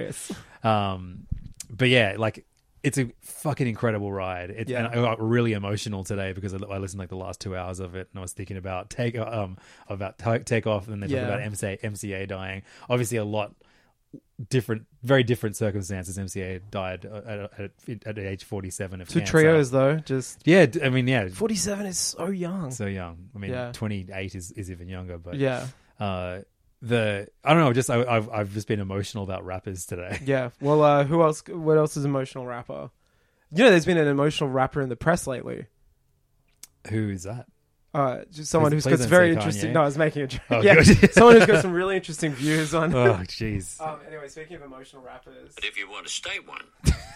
E: Um, but yeah, like it's a fucking incredible ride. It,
D: Yeah.
E: And I got really emotional today because I, I listened like the last two hours of it, and I was thinking about take um about take, take off, and they talk
D: Yeah.
E: about MCA MCA dying. Obviously, a lot different, very different circumstances. MCA died uh, at, at, at age forty seven of
D: Two
E: cancer.
D: trios though, just
E: Yeah, d- I mean, yeah,
D: forty-seven is so young.
E: so young. I mean,
D: Yeah.
E: twenty eight is is even younger, but
D: yeah,
E: uh, the I don't know. Just I, I've I've just been emotional about rappers today.
D: Yeah. Well, uh, who else? What else is emotional rapper? You know, there's been an emotional rapper in the press lately.
E: Who is that?
D: Uh, just someone
E: Please-
D: who's
E: please
D: got
E: don't
D: some very
E: say Kanye.
D: interesting. No, I was making a joke.
E: Oh,
D: yeah,
E: good.
D: someone who's got some really interesting views on.
E: Oh, jeez.
D: Um, anyway, speaking of emotional rappers,
F: But if you want to stay one,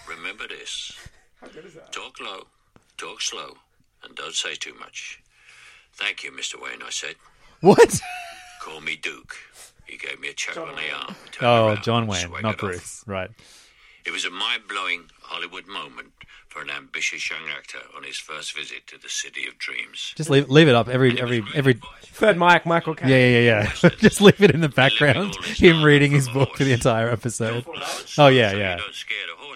F: remember this.
D: how good is that?
F: Talk low, talk slow, and don't say too much. Thank you, Mr. Wayne, I said.
E: What?
F: Call me Duke. He gave me a chuck on the arm. Turned
E: Oh,
F: around,
E: John
F: so
E: Wayne,
F: I got
E: not
F: off.
E: Bruce. Right.
F: It was a mind blowing Hollywood moment for an ambitious young actor on his first visit to the City of Dreams.
E: Just leave leave it up. Every every every.
D: Third Mike, Michael. Caine.
E: Yeah, yeah, yeah. just leave it in the background. Him reading his book for the entire episode. Oh yeah, yeah.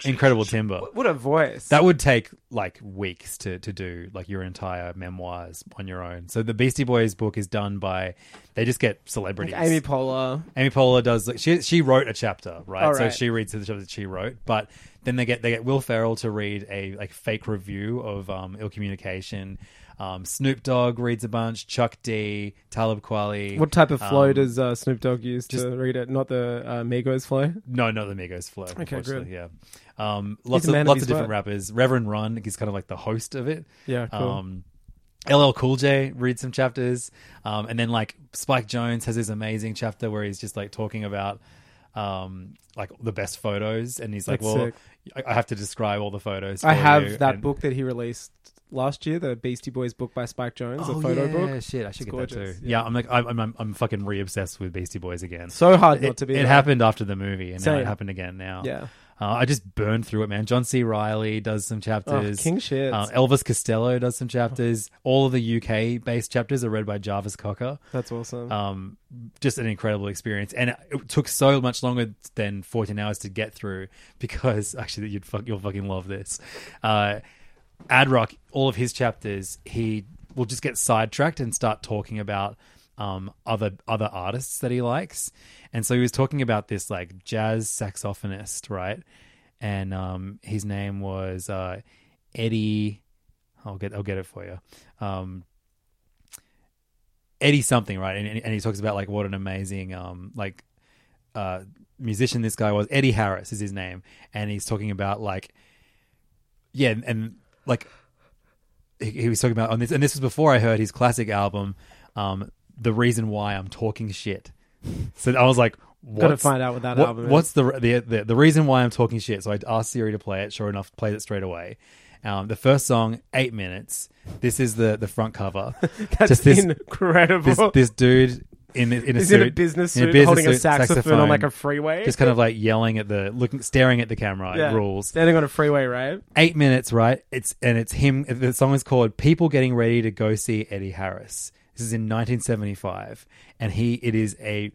E: Incredible timber.
D: What a voice.
E: That would take like weeks to, to do like your entire memoirs on your own. So the Beastie Boys book is done by they just get celebrities.
D: Amy Poehler.
E: Amy Poehler does like, she she wrote a chapter, right?
D: All
E: So
D: right.
E: she reads the chapter that she wrote, but then they get they get Will Ferrell to read a like fake review of um, Ill Communication. Um, Snoop Dogg reads a bunch. Chuck D, Talib Kweli.
D: What type of flow
E: um,
D: does uh, Snoop Dogg use to read it? Not the uh, Migos flow.
E: No, not the Migos flow.
D: Okay,
E: unfortunately, Yeah, um, lots
D: a man
E: of
D: of
E: lots
D: his
E: of different
D: word.
E: rappers. Reverend Run is kind of like the host of it.
D: Yeah, cool.
E: Um, LL Cool J reads some chapters, um, and then like Spike Jones has his amazing chapter where he's just like talking about um, like the best photos, and he's like,
D: That's
E: "Well,
D: sick.
E: I I have to describe all the photos."
D: I
E: for
D: have
E: you,"
D: that
E: and-
D: book that he released last year, the Beastie Boys book by Spike Jones,
E: Oh
D: the photo
E: yeah,
D: book.
E: shit! I should
D: It's
E: get that
D: gorgeous,
E: too. Yeah, I'm like, I'm, I'm, I'm fucking re obsessed with Beastie Boys again.
D: So hard
E: it,
D: not to be.
E: it
D: though.
E: happened after the movie, and now it
D: Same.
E: happened again now.
D: Yeah.
E: Uh, I just burned through it, man. John C. Riley does some chapters.
D: Oh, king shit.
E: Uh, Elvis Costello does some chapters. All of the UK based chapters are read by Jarvis Cocker.
D: That's awesome.
E: Um, just an incredible experience, and it took so much longer than fourteen hours to get through because actually, you'd fuck, you'll fucking love this. Uh, Adrock, all of his chapters, he will just get sidetracked and start talking about um, other other artists that he likes, and so he was talking about this like jazz saxophonist, right? And um, his name was uh, Eddie. I'll get I'll get it for you. Um, Eddie something, right? And, and he talks about like what an amazing um like uh musician this guy was. Eddie Harris is his name, and he's talking about like yeah, and, and like he, he was talking about on this, and this was before I heard his classic album, um, the reason why I'm talking shit. So I was like. What's,
D: find out what that album is.
E: What's the, the the the reason why I'm talking shit? So I asked Siri to play it. Sure enough, plays it straight away. Um, the first song, eight minutes. This is the the front cover.
D: That's
E: Just this
D: incredible.
E: this this dude in a- in a
D: He's
E: suit,
D: in a business
E: in
D: suit, holding a
E: suit,
D: saxophone, on like a freeway.
E: just kind of like yelling at the looking, staring at the camera.
D: Yeah.
E: It rules.
D: Standing on a freeway, right?
E: Eight minutes, right? It's and it's him. The song is called "People Getting Ready to Go See Eddie Harris." This is in 1975, and he it is a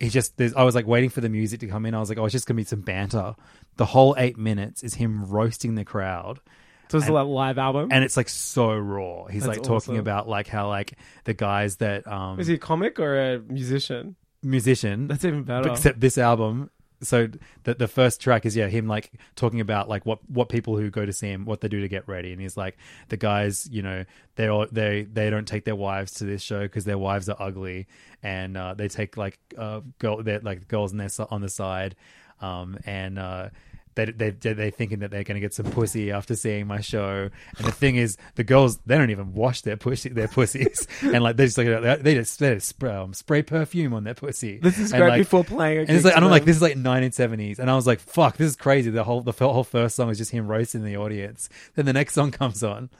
E: he just there's I was like waiting for the music to come in. I was like, oh, it's just gonna be some banter. The whole eight minutes is him roasting the crowd
D: It was a li- live album.
E: and it's like so raw. He's
D: That's
E: like talking
D: awesome.
E: about like how like the guys that um
D: Is he a comic or a musician?
E: musician
D: That's even better.
E: except this album. So the the first track is yeah him like talking about like what what people who go to see him what they do to get ready and he's like the guys you know they all they they don't take their wives to this show because their wives are ugly and uh, they take like uh girl they're like girls on their si- on the side um and uh they they they they thinking that they're going to get some pussy after seeing my show. And the thing is, the girls they don't even wash their pussy their pussies, and like they just like they just they just spray, um, spray perfume on their pussy.
D: This is
E: And,
D: great
E: like-
D: before playing a
E: And it's
D: gig
E: like
D: to
E: and I'm like
D: them.
E: this is like 1970s, and I was like, fuck, this is crazy. The whole the whole first song is just him roasting the audience. Then the next song comes on,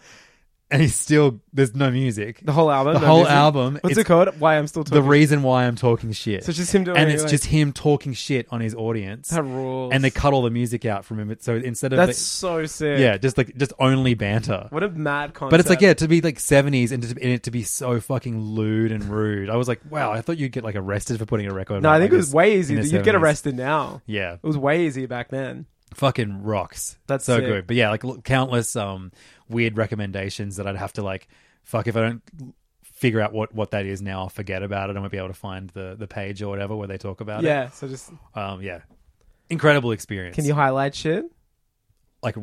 E: and he's still there's no music.
D: the whole album.
E: The
D: no
E: whole
D: music?
E: album.
D: What's
E: it's
D: it called? Why I'm still
E: The
D: talking.
E: reason why I'm talking shit.
D: So it's just him doing
E: and
D: it,
E: it's
D: like-
E: just him talking shit on his audience.
D: That rules.
E: And they cut all the music out from him. So instead of
D: That's
E: the-
D: so sick.
E: yeah, just like just only banter.
D: What a mad concept.
E: But it's like yeah, to be like seventies and, to- and it to be so fucking lewd and rude. I was like, wow, I thought you'd get like arrested for putting a record.
D: No,
E: out
D: I think
E: like
D: it was
E: this
D: way
E: in
D: easier.
E: the
D: You'd get
E: 70s.
D: arrested now.
E: Yeah,
D: It was way easier back then.
E: fucking rocks.
D: That's
E: so
D: sick.
E: good. But yeah, like look, countless um weird recommendations that I'd have to like fuck if I don't figure out what what that is now. I'll forget about it. I won't be able to find the the page or whatever where they talk about it.
D: Yeah. So just
E: Um. Yeah. Incredible experience.
D: can you highlight shit?
E: like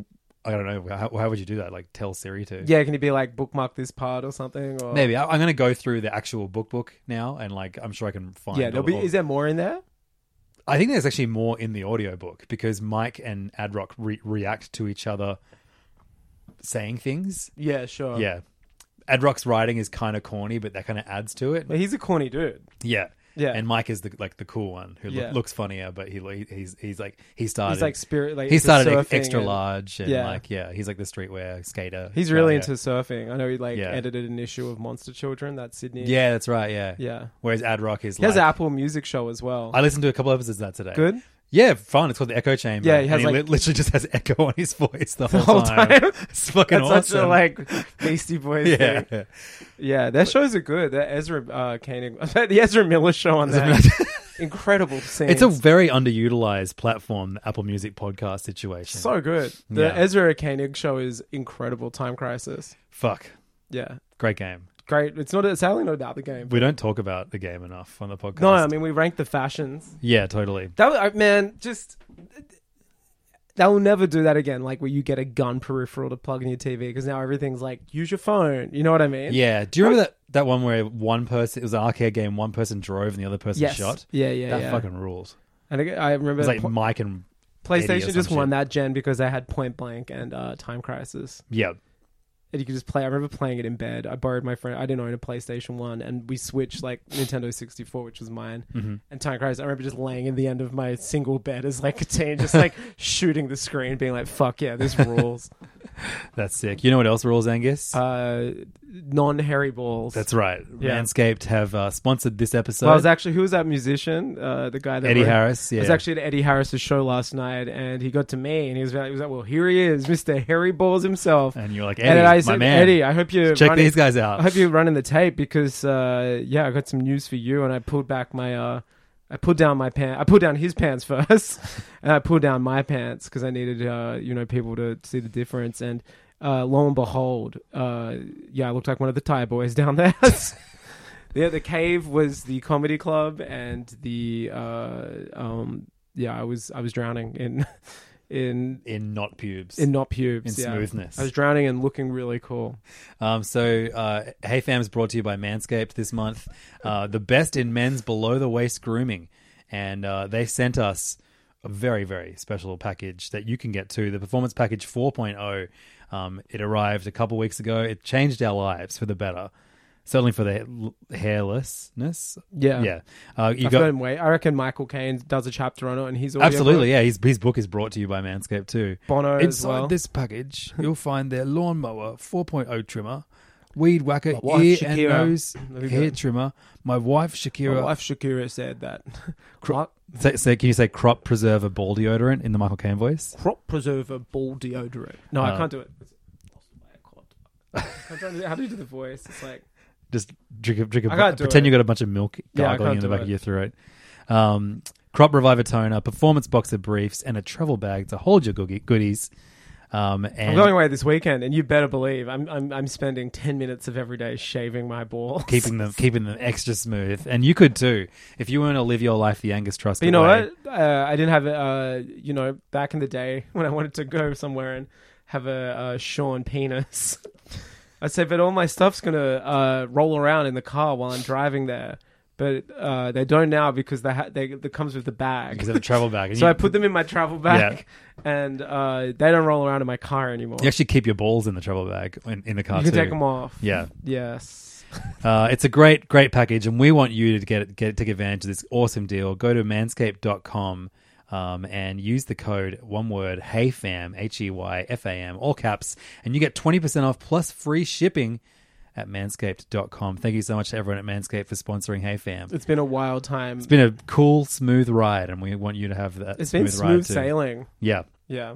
E: I don't know. How, how would you do that? Like tell Siri to?
D: Yeah, can you be like bookmark this part or something? Or
E: Maybe I, I'm going to go through the actual book book now, and like I'm sure I can find.
D: Yeah, there'll
E: all-
D: be.
E: all-
D: Is there more in there?
E: I think there's actually more in the audiobook because Mike and Adrock re- react to each other saying things.
D: Yeah, sure.
E: Yeah. Adrock's writing is kind of corny, but that kind of adds to it.
D: But he's a corny dude.
E: Yeah.
D: Yeah.
E: And Mike is the like the cool one who loo-
D: Yeah.
E: looks funnier, but he he's he's like he started
D: He's like spirit. Like
E: he
D: into
E: started ex-
D: surfing
E: extra
D: and-
E: large and
D: Yeah.
E: like yeah, he's like the streetwear skater.
D: He's really
E: guy.
D: into surfing. I know he like
E: Yeah.
D: edited an issue of Monster Children. That's Sydney.
E: Yeah, that's right. Yeah.
D: yeah.
E: Whereas Adrock is
D: He has
E: like
D: an Apple Music show as well.
E: I listened to a couple episodes of that today.
D: Good.
E: Yeah, fun. It's called the Echo Chamber.
D: Yeah, he has,
E: and he
D: like-
E: li- literally just has echo on his voice the,
D: whole
E: whole time.
D: time.
E: It's fucking
D: That's
E: awesome.
D: such a like Beastie Boys
E: yeah.
D: thing. Yeah, their shows are good. That Ezra uh, Koenig, the Ezra Miller show on that, incredible scene.
E: It's a very underutilized platform, the Apple Music podcast situation.
D: so good. The
E: Yeah.
D: Ezra Koenig show is incredible. Time Crisis.
E: Fuck.
D: Yeah,
E: Great game.
D: great. It's not. It's sadly not about the game.
E: We don't talk about the game enough on the podcast.
D: No, I mean we ranked the fashions.
E: yeah, totally.
D: That was, uh, man, just that will never do that again. Like where you get a gun peripheral to plug in your TV because now everything's like use your phone. You know what I mean?
E: Yeah. Do you remember that, that one where one person, it was an arcade game, one person drove and the other person
D: Yes.
E: shot?
D: Yeah, yeah,
E: That
D: yeah.
E: fucking rules.
D: And I, I remember
E: It was like
D: pl-
E: Mike and, Eddie or
D: PlayStation
E: some
D: just won
E: shit.
D: that gen because they had Point Blank and uh, Time Crisis.
E: yeah.
D: And you could just play. I remember playing it in bed. I borrowed my friend. I didn't own a PlayStation One, and we switched like Nintendo sixty four, which was mine,
E: Mm-hmm.
D: and Time Crisis. I remember just laying in the end of my single bed as like a teen, just like shooting the screen, being like, "Fuck yeah, this rules."
E: That's sick. You know what else rules, Angus?
D: uh, non hairy balls.
E: That's right.
D: Yeah.
E: Manscaped have uh, sponsored this episode.
D: Well, I was actually who was that musician? Uh, the guy that
E: Eddie
D: wrote-
E: Harris. Yeah.
D: I was actually at Eddie Harris's show last night, and he got to me, and he was like, he was like "Well, here he is, Mister Harry Balls himself."
E: And you're like,
D: And
E: Uh, Eddie,
D: I
E: my
D: said,
E: man.
D: Eddie, I hope you
E: Check these guys out.
D: I hope you're running the tape because, uh, yeah, I got some news for you. And I pulled back my, uh, I pulled down my pants. I pulled down his pants first, and I pulled down my pants because I needed, uh, you know, people to see the difference. And uh, lo and behold, uh, yeah, I looked like one of the Thai boys down there. yeah, the cave was the comedy club, and the, uh, um, yeah, I was I was drowning in, in.
E: in not pubes.
D: In not pubes,
E: In
D: yeah.
E: smoothness.
D: I was drowning and looking really cool.
E: Um, so, uh, Hey Fam is brought to you by Manscaped this month, uh, the best in men's below the waist grooming. And uh, they sent us a very, very special package that you can get too the Performance Package 4.0. Um, it arrived a couple weeks ago. It changed our lives for the better, certainly for the ha- hairlessness.
D: Yeah.
E: Yeah. Uh, you
D: I've
E: got.
D: gotten way. I reckon Michael Caine does a chapter on it, and he's
E: Absolutely, yeah. His, his book is brought to you by Manscaped too.
D: Bono as
E: Inside
D: well.
E: this package, you'll find their lawnmower 4.0 trimmer, weed whacker,
D: wife,
E: ear and
D: Shakira.
E: nose
D: There we
E: hair
D: go.
E: trimmer. My wife Shakira.
D: My wife Shakira said that crop,
E: Say, say, can you say crop preserver ball deodorant in the Michael Caine voice?
D: crop preserver ball deodorant. No, I can't do it. I don't know- How do you do the voice? It's like
E: Just drink a drink a
D: I can't do
E: pretend
D: it.
E: you got a bunch of milk
D: Yeah, I
E: gargling
D: can't
E: in the
D: do
E: back
D: it.
E: of your throat. Um, crop reviver toner, performance boxer briefs, and a travel bag to hold your googie- goodies. Um, and
D: I'm going away this weekend, and you better believe I'm I'm, I'm spending ten minutes of every day shaving my ball.
E: keeping them keeping them extra smooth. And you could too if you want to live your life the Angus Trust.
D: But you know
E: way.
D: what? Uh, I didn't have uh you know back in the day when I wanted to go somewhere and have a, uh Sean penis. I said, but all my stuff's gonna uh, roll around in the car while I'm driving there. But uh, they don't now because they ha- they that comes with the bag.
E: Because of the travel bag. And
D: so
E: you,
D: I put them in my travel bag, and uh, they don't roll around in my car anymore.
E: you actually keep your balls in the travel bag in, in the car
D: you can
E: too.
D: take them off.
E: Yeah.
D: Yes.
E: Uh, it's a great, great package, and we want you to get it, get take advantage of this awesome deal. Go to manscaped.com um, and use the code one word HeyFam H E Y F A M all caps, and you get twenty percent off plus free shipping at manscaped.com. Thank you so much to everyone at Manscaped for sponsoring HeyFam.
D: It's been a wild time.
E: It's been a cool, smooth ride, and we want you to have that.
D: it's been
E: ride
D: smooth
E: too.
D: sailing.
E: Yeah.
D: Yeah.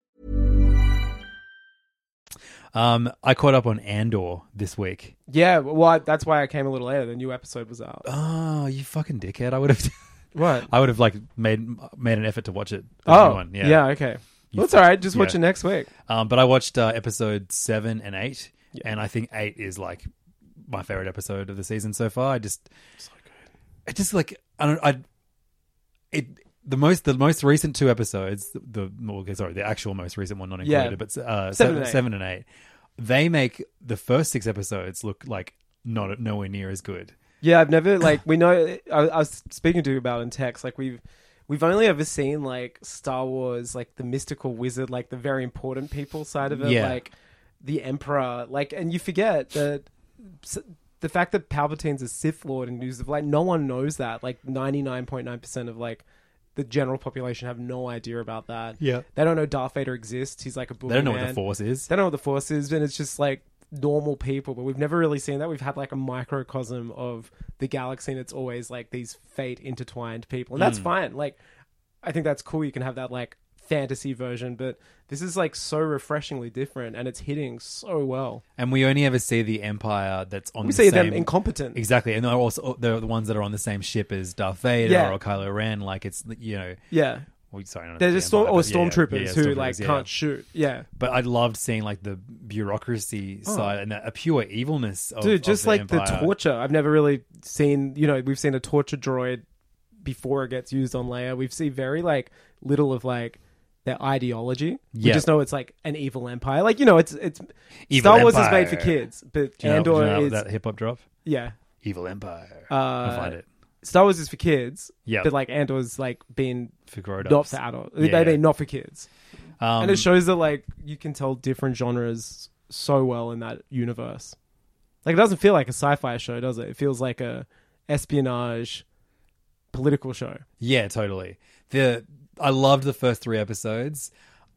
E: Um, I caught up on Andor this week.
D: Yeah, well, I, that's why I came a little later. The new episode was out.
E: Oh, you fucking dickhead! I would have,
D: What?
E: I would have like made made an effort to watch it. the new
D: Oh,
E: one.
D: yeah. okay. Well, it's all right. Just watch
E: yeah.
D: it next week.
E: Um, but I watched uh, episode seven and eight, and I think eight is like my favorite episode of the season so far. I just so good. It just like I don't I it the most the most recent two episodes the, the okay, sorry the actual most recent one not
D: Yeah.
E: included but
D: Seven
E: uh, seven,
D: and eight.
E: seven and eight they make the first six episodes look like not nowhere near as good.
D: Yeah, I've never like we know. I, I was speaking to you about in text. Like we've we've only ever seen like Star Wars, like the mystical wizard, like the very important people side of it,
E: Yeah.
D: like the Emperor, like, and you forget that s- the fact that Palpatine's a Sith Lord and news of like no one knows that. Like ninety nine point nine percent of like. The general population have no idea about that.
E: Yeah.
D: they don't know Darth Vader exists. He's like a boogeyman.
E: They don't know what the force is.
D: They don't know what the force is, and it's just like normal people. But we've never really seen that. We've had like a microcosm of the galaxy, and it's always like these fate intertwined people, and that's
E: Hmm.
D: fine. Like, I think that's cool. You can have that like fantasy version, but this is like so refreshingly different, and it's hitting so well.
E: And we only ever see the Empire that's on.
D: We
E: the
D: see them
E: Mm, same-
D: incompetent.
E: Exactly, and they're also they're the ones that are on the same ship as Darth Vader
D: Yeah.
E: or Kylo Ren. Like it's you know,
D: Yeah,
E: well, sorry, not
D: they're
E: the
D: just storm
E: Empire,
D: or
E: but yeah, yeah,
D: stormtroopers
E: yeah,
D: who
E: stormtroopers,
D: like
E: yeah.
D: can't shoot. Yeah,
E: But I loved seeing like the bureaucracy side and the a pure evilness of
D: Oh. dude
E: of
D: just like the
E: Empire.
D: torture i've never really seen you know we've seen a torture droid before it gets used on leia we've seen very like little of like their ideology we
E: Yeah.
D: just know it's like an evil empire like you know it's it's
E: Evil
D: star wars is made for
E: empire.
D: kids but
E: Do you know-
D: andor
E: do you know
D: is
E: that hip hop drop.
D: yeah
E: Evil Empire.
D: Uh,
E: I'll find it
D: star wars is for kids
E: Yeah.
D: but like andor's like been
E: for grown
D: not
E: ups.
D: for adults
E: Yeah,
D: they
E: yeah.
D: mean not for kids
E: Um,
D: and it shows that like you can tell different genres so well in that universe. Like it doesn't feel like a sci-fi show, does it? It feels like a espionage political show.
E: Yeah, totally. The I loved the first three episodes.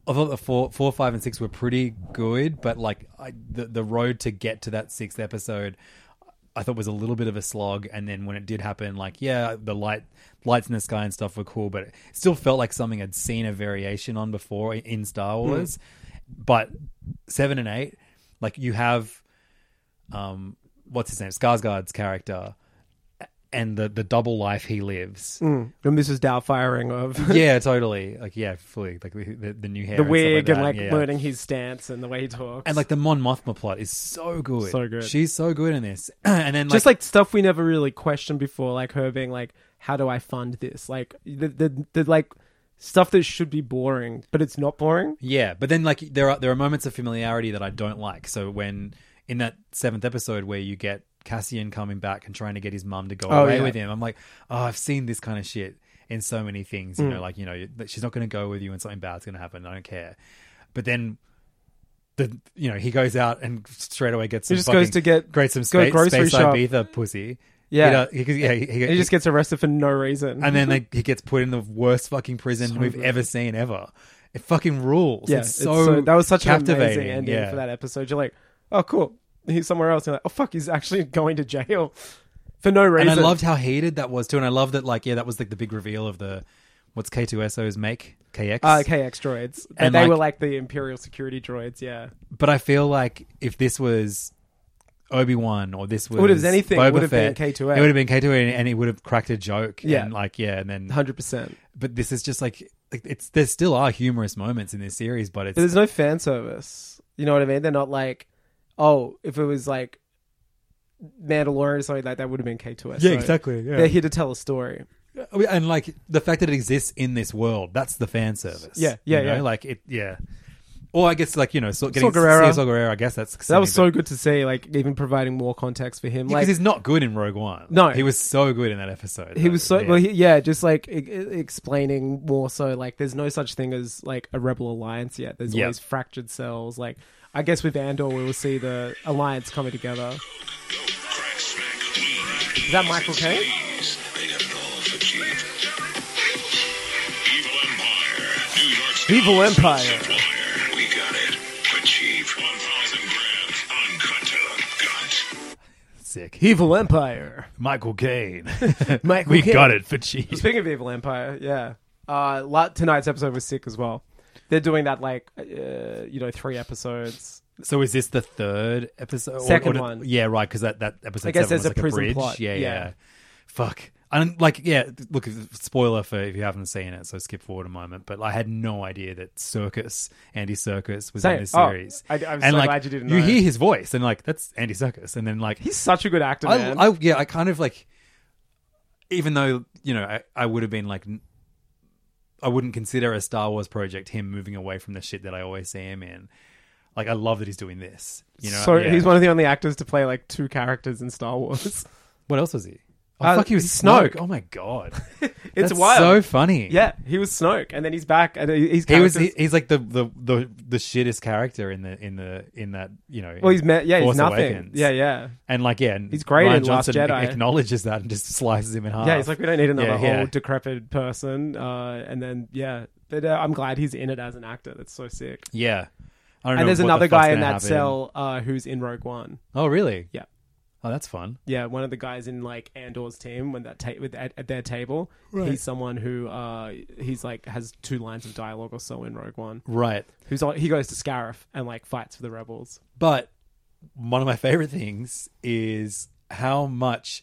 E: I thought the four, four, five, and six were pretty good, but like I, the the road to get to that sixth episode, I thought was a little bit of a slog. And then when it did happen, like yeah, the light lights in the sky and stuff were cool, but it still felt like something I'd seen a variation on before in Star Wars. But seven and eight, like you have, um, what's his name, Skarsgård's character, and the the double life he lives
D: The Mrs. Doubtfiring of
E: yeah, totally. Like, yeah, fully. Like the, the, the new hair,
D: the
E: and stuff
D: wig and
E: that.
D: like
E: Yeah.
D: learning his stance and the way he talks.
E: and like the Mon Mothma plot is so good.
D: So good.
E: She's so good in this. and then like,
D: just like stuff we never really questioned before, like her being like, "How do I fund this?" Like the the, the like stuff that should be boring, but it's not boring.
E: yeah, but then like there are there are moments of familiarity that I don't like. So when in that seventh episode where you get Cassian coming back and trying to get his mum to go
D: Oh,
E: away
D: yeah.
E: with him, I'm like, oh, I've seen this kind of shit in so many things.
D: Mm.
E: You know, like you know that she's not going to go with you and something bad's going to happen. I don't care. But then. The, you know he goes out and straight away gets
D: He
E: some
D: just goes
E: fucking-
D: to get-
E: great some
D: go
E: space,
D: grocery
E: space
D: shop.
E: Ibiza pussy
D: Yeah.
E: He does- he, yeah, he, he-
D: He just gets arrested for no reason.
E: and then like, he gets put in the worst fucking prison we've ever seen ever. It fucking rules.
D: Yeah,
E: it's
D: it's
E: so,
D: that was such an
E: captivating.
D: amazing ending
E: yeah.
D: for that episode. You're like, oh cool, he's somewhere else. You're like, oh fuck, he's actually going to jail for no reason.
E: And I loved how heated that was too. And I loved that like yeah, that was like the big reveal of the what's K2SO's make KX.
D: uh, KX droids, and
E: And,
D: they
E: like-
D: were like the Imperial security droids. Yeah,
E: But I feel like if this was Obi Wan or this was
D: Would have been anything. It
E: Boba
D: would have been
E: Fett,
D: K2A.
E: It would have been K two A, and, and it would have cracked a joke.
D: Yeah.
E: and like yeah, and then
D: Hundred percent.
E: but this is just like like it's there still are humorous moments in this series, but
D: But
E: it's
D: there's no fan service. You know what I mean? They're not like, oh, if it was like Mandalorian or something like that, would have been K2S. So They're here to tell a story.
E: Oh, and like the fact that it exists in this world that's the fan service.
D: Yeah, yeah,
E: you know?
D: yeah.
E: Like it, yeah. Or I guess like you know, so getting
D: Saw Gerrera.
E: Saw Gerrera, I guess that's
D: That was so
E: something,
D: good to see, like even providing more context for him.
E: but-
D: like
E: because he's not good in Rogue One.
D: No.
E: he was so good in that episode.
D: he
E: Like,
D: was so
E: yeah.
D: well, he, yeah, just like e- e- explaining more so like there's no such thing as like a rebel alliance yet. There's
E: Yeah.
D: always fractured cells. Like I guess with Andor, we will see the alliance coming together. Is that Michael Caine? Evil Empire.
F: We got it. Achieve 1,000 grams uncut to the gut.
E: sick.
D: Evil Empire.
E: Michael Caine.
D: Michael
E: we
D: Caine.
E: got it for cheap.
D: Speaking of Evil Empire, yeah. Uh, la- tonight's episode was sick as well. They're doing that like, uh, you know, three episodes.
E: So is this the third episode? Or-
D: Second
E: or-
D: one.
E: Yeah, right. Because that, that episode.
D: I guess
E: seven
D: there's
E: was
D: a
E: like
D: prison
E: bridge.
D: plot,
E: Yeah, yeah.
D: yeah.
E: Fuck. And like, yeah. Look, spoiler for if you haven't seen it, so skip forward a moment. But I had no idea that Circus Andy Circus was
D: Same.
E: in this
D: Oh,
E: series.
D: I- I'm
E: and
D: so
E: like,
D: glad you didn't
E: You
D: know.
E: hear his voice, and like that's Andy Circus, and then like
D: He's such a good actor, man.
E: I, I yeah, I kind of like, even though you know, I, I would have been like, n- I wouldn't consider a Star Wars project him moving away from the shit that I always see him in. Like, I love that he's doing this. You know,
D: so
E: Yeah.
D: he's one of the only actors to play like two characters in Star Wars.
E: What else was he? Oh
D: Uh,
E: fuck, he was Snoke.
D: Snoke.
E: Oh my god,
D: it's
E: That's
D: wild.
E: So funny.
D: yeah, he was Snoke, and then he's back, and he- he's
E: He was.
D: characters-
E: he- he's like the, the the the shittest character in the in the in that you know.
D: well, he's met. Yeah, he's
E: Force
D: nothing.
E: Awakens.
D: Yeah, yeah.
E: And like, yeah, and
D: He's great
E: Ryan
D: in Last
E: Johnson
D: Jedi.
E: Acknowledges that and just slices him in half.
D: Yeah, he's like, we don't need another
E: Ah. Yeah, yeah.
D: old, decrepit person. Uh, and then, yeah. But uh, I'm glad he's in it as an actor. That's so sick.
E: Yeah. I don't know
D: And there's
E: what the
D: another
E: fuck's
D: guy
E: gonna
D: in that
E: happen.
D: cell uh, who's in Rogue One.
E: Oh, really?
D: Yeah.
E: Oh, that's fun.
D: Yeah, one of the guys in like Andor's team when that ta- with at, at their table, he's someone who uh he's like has two lines of dialogue or so in Rogue One.
E: Right.
D: Who's on, he goes to Scarif and like fights for the rebels.
E: But one of my favorite things is how much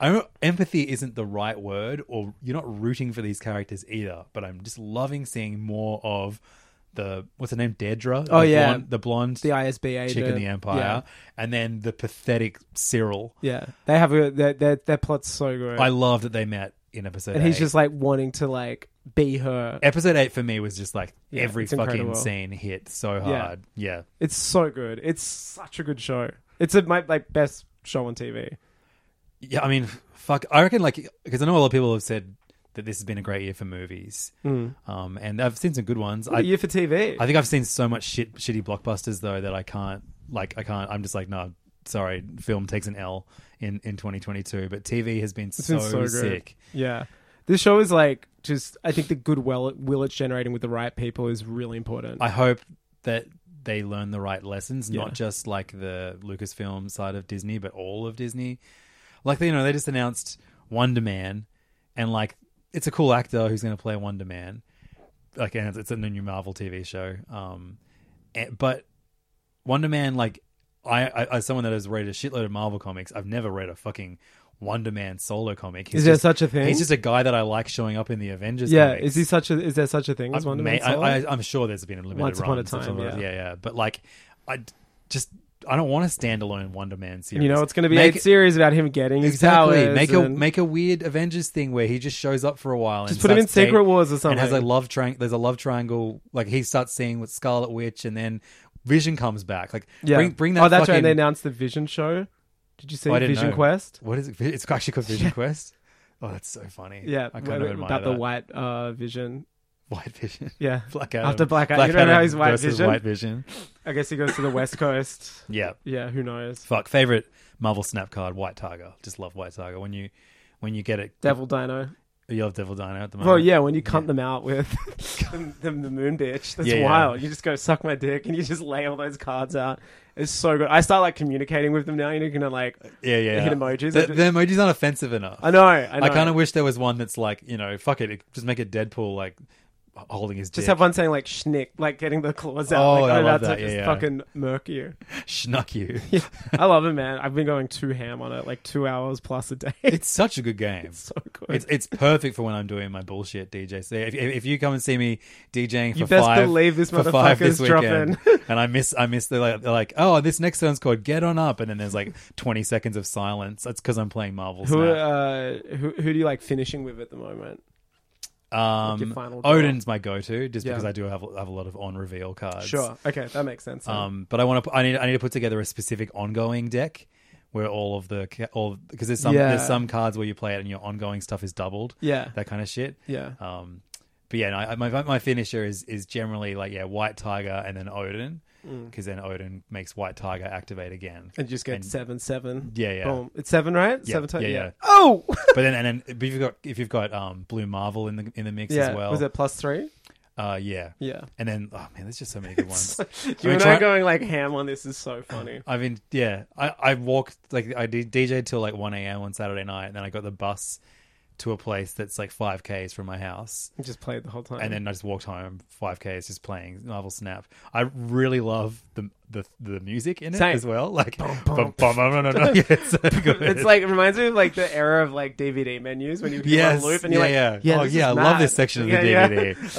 E: I don't, empathy isn't the right word, or you're not rooting for these characters either. But I'm just loving seeing more of the what's her name, Dedra.
D: Oh,
E: the
D: yeah.
E: blonde, the blonde
D: The ISB
E: chick in the Empire, and then the pathetic Cyril.
D: Yeah, yeah. they have a their their, their plot's so good,
E: I love eh? that they met in episode.
D: and he's
E: eight.
D: just like wanting to like be her.
E: episode eight for me was just like
D: Yeah,
E: every
D: it's
E: fucking
D: incredible.
E: scene hit so hard. yeah.
D: It's so good. It's such a good show. It's a, my like best show on TV.
E: Yeah, I mean, f- fuck. I reckon, like, because I know a lot of people have said that this has been a great year for movies, um, and I've seen some good ones.
D: Hmm. What a
E: I,
D: year for TV.
E: I think I've seen so much shit, shitty blockbusters though that I can't, like, I can't. I'm just like, no, sorry. Film takes an L in in 2022, but TV has been, so,
D: been so good.
E: sick.
D: Yeah. This show is like just I think the goodwill will it's generating with the right people is really important.
E: I hope that they learn the right lessons,
D: Yeah.
E: not just like the Lucasfilm side of Disney, but all of Disney. Like you know, they just announced Wonder Man, and like it's a cool actor who's going to play Wonder Man. Like, and it's, it's in the new Marvel TV show. Um, and, but Wonder Man, like, I, I as someone that has read a shitload of Marvel comics, I've never read a fucking Wonder Man solo comic. He's
D: Is there
E: just-
D: such a thing?
E: He's just a guy that I like showing up in the Avengers.
D: yeah,
E: comics.
D: is he such a is there such a thing as
E: I-
D: Wonder
E: may-
D: Man? Solo?
E: I, I, I'm sure there's been a limited
D: Once upon a
E: runs of
D: time,
E: some of those.
D: yeah.
E: yeah, But like, I d- just I don't want a standalone Wonder Man series.
D: you know, it's going to be
E: Make-
D: eight series about him getting his
E: Exactly.
D: powers
E: Make a
D: and-
E: make a weird Avengers thing where he just shows up for a while.
D: Just
E: and
D: put him in
E: starts
D: Secret Wars or
E: And has a
D: something.
E: love triangle. There's a love triangle. Like he starts seeing with Scarlet Witch, and then Vision comes back. Like
D: yeah.
E: bring bring that.
D: Oh, that's right.
E: fucking-
D: They announced the Vision show. Did you see
E: Oh, I didn't
D: Vision
E: know.
D: Quest?
E: What is it? It's actually called Vision Quest. Oh, that's so funny.
D: Yeah,
E: I
D: where-
E: kind of admire
D: about
E: that.
D: the white uh, Vision.
E: White Vision.
D: Yeah,
E: Black Adam.
D: After Black Adam, you don't know his White
E: versus
D: Vision?
E: White Vision.
D: I guess he goes to the West Coast.
E: Yeah.
D: Yeah, who knows?
E: Fuck, favorite Marvel snap card, White Tiger. Just love White Tiger. When you when you get it,
D: Devil Dino.
E: you love Devil Dino at the moment.
D: Well, yeah, when you cunt them out with the, the, the moon bitch, that's
E: Yeah, yeah.
D: wild. You just go suck my dick and you just lay all those cards out. It's so good. I start like communicating with them now. You know, you know, like
E: yeah, yeah. yeah.
D: hit emojis.
E: The, the emojis aren't offensive enough.
D: I know. I, know.
E: kind of wish there was one that's like you know, fuck it, just make it Deadpool like. holding his
D: Just
E: dick.
D: have one saying like schnick, like getting the claws out.
E: Oh,
D: like,
E: I
D: oh,
E: love
D: that's
E: that.
D: Like,
E: Yeah,
D: just
E: yeah.
D: fucking murk you.
E: Schnuck you.
D: I love it, man. I've been going too ham on it, like two hours plus a day.
E: It's such a good game. It's
D: so good.
E: It's, perfect for when I'm doing my bullshit DJ. So if, if if you come and see me DJing for
D: You best
E: five,
D: believe this
E: for five
D: motherfucker's
E: this weekend,
D: dropping.
E: and I miss I miss the like, they're like oh this next song's called Get On Up, and then there's like 20 seconds of silence. That's because I'm playing Marvel.
D: who,
E: Snap.
D: uh, who who do you like finishing with at the moment?
E: Um,
D: uh, Your final draw.
E: Odin's my go-to just
D: Yeah.
E: because I do have have a lot of on reveal cards.
D: Sure. Okay, that makes sense. then.
E: Um, but I want to. I need. I need to put together a specific ongoing deck where all of the ca- all because there's some
D: Yeah.
E: there's some cards where you play it and your ongoing stuff is doubled.
D: Yeah.
E: that kind of shit.
D: Yeah.
E: Um, but yeah, no, I, my my finisher is is generally like yeah, White Tiger and then Odin because then Odin makes White Tiger activate again.
D: Mm. and you just get seven seven.
E: Yeah, yeah.
D: Boom. It's seven, right?
E: Yeah,
D: seven times.
E: yeah, yeah.
D: Oh.
E: But then and then but if you've got if you've got um Blue Marvel in the in the mix
D: yeah.
E: as well.
D: Was it plus three?
E: Uh, yeah.
D: Yeah.
E: And then oh man, there's just so many good ones.
D: you
E: mean,
D: and
E: try-
D: I going like ham on this is so funny.
E: I mean, yeah, I, I walked like I did DJ till like one a.m. on Saturday night, and then I got the bus to a place that's like five k's from my house,
D: I just played the whole time.
E: and then I just walked home five k's just playing Marvel Snap. I really love the the, the music in it
D: Same.
E: as well, like bum, bum, bum, no, no, no. Yeah, it's, so good.
D: it's like it reminds me of like the era of like DVD menus when you keep
E: Yes.
D: on loop and you're
E: Yeah,
D: like,
E: yeah. Oh,
D: this
E: yeah,
D: is
E: I love
D: mad.
E: this section of the DVD.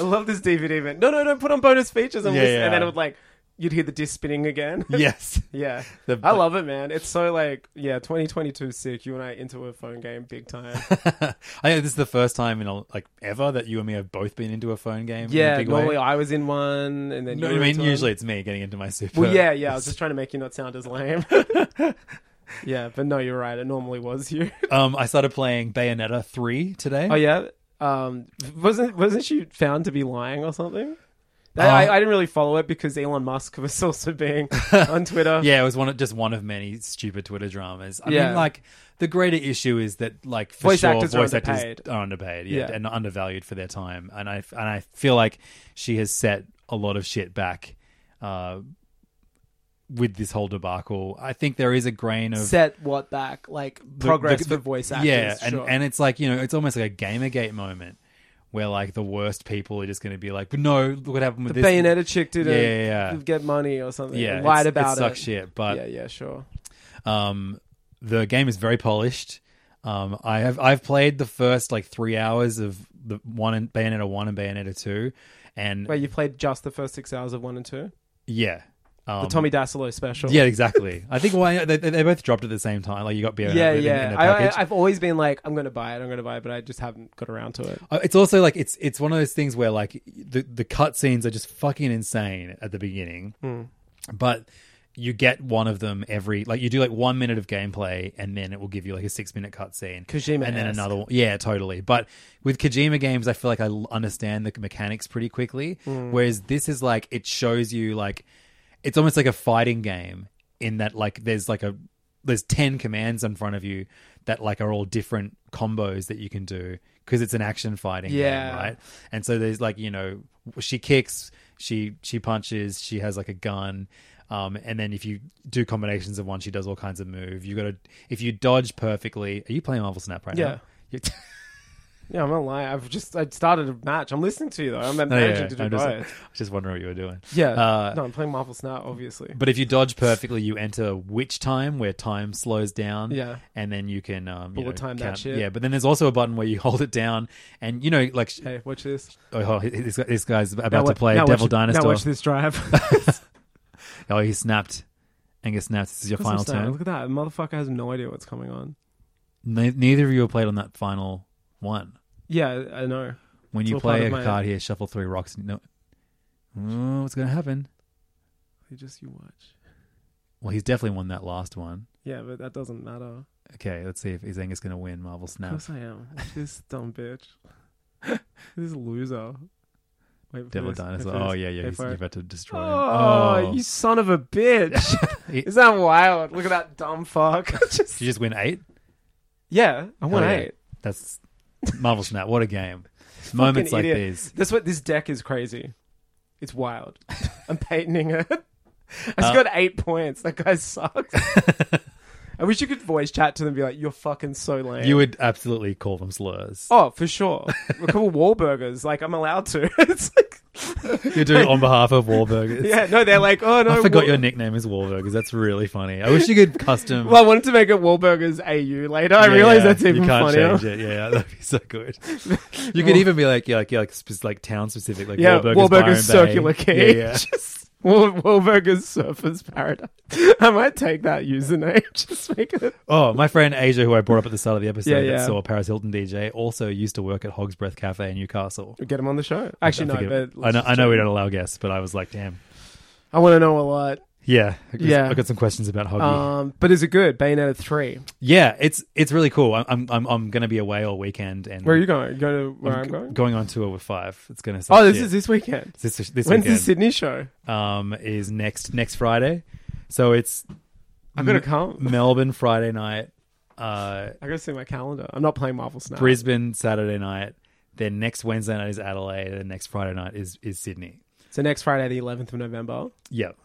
D: I love this DVD man. No, no, no, put on bonus features and
E: Yeah,
D: listen.
E: yeah.
D: and then it would like you'd hear the disc spinning again.
E: yes,
D: yeah.
E: The-
D: I love it, man. It's so like yeah, 2022 sick. You and I into a phone game big time.
E: I think this is the first time in a, like ever that you and me have both been into a phone game. in a
D: yeah,
E: big
D: normally
E: way.
D: I was in one and then
E: No,
D: you
E: I
D: were
E: mean
D: into
E: usually
D: one.
E: it's me getting into my super.
D: Well, yeah, yeah. I was just trying to make you not sound as lame. yeah, but no, you're right. It normally was you.
E: Um, I started playing Bayonetta three today.
D: Oh yeah. Um, wasn't wasn't she found to be lying or something? That,
E: Uh,
D: I, I didn't really follow it because Elon Musk was also being on Twitter.
E: Yeah, it was one of just one of many stupid Twitter dramas. I
D: Yeah.
E: mean, like the greater issue is that like for
D: Voice
E: sure,
D: actors are
E: voice
D: underpaid.
E: actors are underpaid, yeah,
D: Yeah.
E: and undervalued for their time. And I and I feel like she has set a lot of shit back uh, with this whole debacle. I think there is a grain of
D: Set what back? Like
E: the-
D: progress
E: the- the-
D: for voice actors.
E: Yeah, and,
D: sure.
E: and it's like you know, it's almost like a GamerGate moment where like the worst people are just going to be like, but no, look what happened
D: the
E: with this.
D: Bayonetta chick did
E: Yeah,
D: it.
E: yeah, yeah.
D: Get money or something.
E: yeah,
D: and lied
E: it's-
D: about
E: it sucks shit, but
D: yeah, yeah, sure.
E: Um, the game is very polished. Um, I have I've played the first like three hours of the one and Bayonetta one and Bayonetta two, and
D: Wait, you played just the first six hours of one and two?
E: yeah, um,
D: The Tommy Dassolo special.
E: yeah, exactly. I think why they, they they both dropped at the same time. Like you got Bayonetta
D: yeah,
E: in,
D: yeah.
E: in the
D: I,
E: package.
D: I, I've always been like, I'm gonna buy it, I'm gonna buy it, but I just haven't got around to it.
E: Uh, it's also like it's it's one of those things where like the the cutscenes are just fucking insane at the beginning, but you get one of them every like you do like one minute of gameplay and then it will give you like a six minute cutscene
D: Kojima-esque.
E: and then another one yeah totally but with Kojima games I feel like I l- understand the mechanics pretty quickly whereas this is like it shows you like it's almost like a fighting game in that like there's like a there's 10 commands in front of you that like are all different combos that you can do because it's an action fighting
D: Yeah.
E: game right and so there's like you know she kicks she she punches she has like a gun um, and then if you do combinations of one she does all kinds of move you gotta if you dodge perfectly are you playing marvel snap right
D: Yeah.
E: now
D: Yeah, I'm not lying. I've just I started a match. I'm listening to you though. I'm managing to do
E: Oh, I'm just,
D: both.
E: just wondering what you were doing
D: Yeah.
E: uh,
D: no, I'm playing Marvel Snap, obviously.
E: But if you dodge perfectly, you enter witch time, where time slows down.
D: Yeah.
E: and then you can um, you
D: Bullet time that
E: count-
D: shit.
E: Yeah, but then there's also a button where you hold it down, and you know, like sh-
D: Hey, watch this.
E: oh, oh, this, guy- this guy's about
D: Now
E: to
D: wa-
E: play
D: now
E: Devil
D: watch, Now watch
E: Dinosaur.
D: this drive.
E: Oh, he snapped. Angus snapped. This is your final turn.
D: Look at that. Motherfucker has no idea what's coming on.
E: Ne- neither of you have played on that final one.
D: Yeah, I know.
E: When
D: It's
E: you
D: all part
E: play
D: of
E: a
D: my-
E: card here, shuffle three rocks. No, oh, what's going to happen?
D: You just you watch.
E: Well, he's definitely won that last one.
D: Yeah, but that doesn't matter.
E: Okay, let's see if is Angus going to win Marvel
D: Of
E: Snap.
D: course I am. Watch this dumb bitch. this loser. Wait for
E: Devil
D: this. Wait
E: Dinosaur.
D: for
E: Oh
D: this.
E: yeah, yeah,
D: Wait
E: he's,
D: for
E: you're
D: it.
E: about to destroy him.
D: Oh, you son of a bitch!
E: He-
D: Is that wild? Look at that dumb fuck. Just-
E: Did you just win eight?
D: yeah, I want
E: Hell yeah.
D: eight.
E: That's Marvel Snap. What a game. Moments like
D: Fucking idiot.
E: these.
D: That's what this deck is crazy. It's wild.
E: Uh.
D: I'm patenting it. I just got eight points. That guy sucks. I wish you could voice chat to them and be like, you're fucking so lame.
E: You would absolutely call them slurs.
D: Oh, for sure. We're called Wahlburgers. Like, I'm allowed to. it's like,
E: You're doing it on behalf of Wahlburgers.
D: Oh. yeah, no, they're like, oh, no.
E: I forgot
D: Wahl-
E: your nickname is Wahlburgers. That's really funny. I wish you could custom.
D: Well, I wanted to make it Wahlburgers AU later. I
E: Yeah,
D: realize
E: yeah.
D: that's even
E: you can't
D: funnier.
E: change it. Yeah, that'd be so good. You could even be like, yeah, like, yeah, like, spe- like town specific, like
D: Yeah,
E: Wahlburgers,
D: Wahlburgers
E: Byron Bay.
D: Circular
E: Yeah,
D: Cage.
E: yeah.
D: Just Wahl- Wahlburgers Surfers Paradise. I might take that username. Just make it.
E: Oh, my friend Asia, who I brought up at the start of the episode,
D: Yeah,
E: that
D: yeah.
E: saw Paris Hilton DJ, also used to work at Hog's Breath Cafe in Newcastle.
D: Get him on the show. Actually,
E: I,
D: no,
E: think it-
D: but
E: I know, I know we don't allow guests, but I was like, damn,
D: I want to know a lot.
E: yeah, I got,
D: Yeah.
E: I got some questions about Hoggy.
D: Um, but is it good? Bayonetta three.
E: yeah, it's it's really cool. I'm I'm I'm, I'm going to be away all weekend, and
D: Where are you going? Go to where I'm,
E: g-
D: going.
E: on tour with Five. It's going to
D: Oh, this is this weekend.
E: this this
D: When's the
E: weekend
D: Sydney show?
E: um is next next Friday, so it's
D: I'm gonna come.
E: Melbourne Friday night, uh,
D: I gotta see my calendar. I'm not playing Marvel Snap.
E: Brisbane Saturday night. Then next Wednesday night is Adelaide, and next Friday night is is Sydney.
D: So next Friday, the 11th of November.
E: Yep.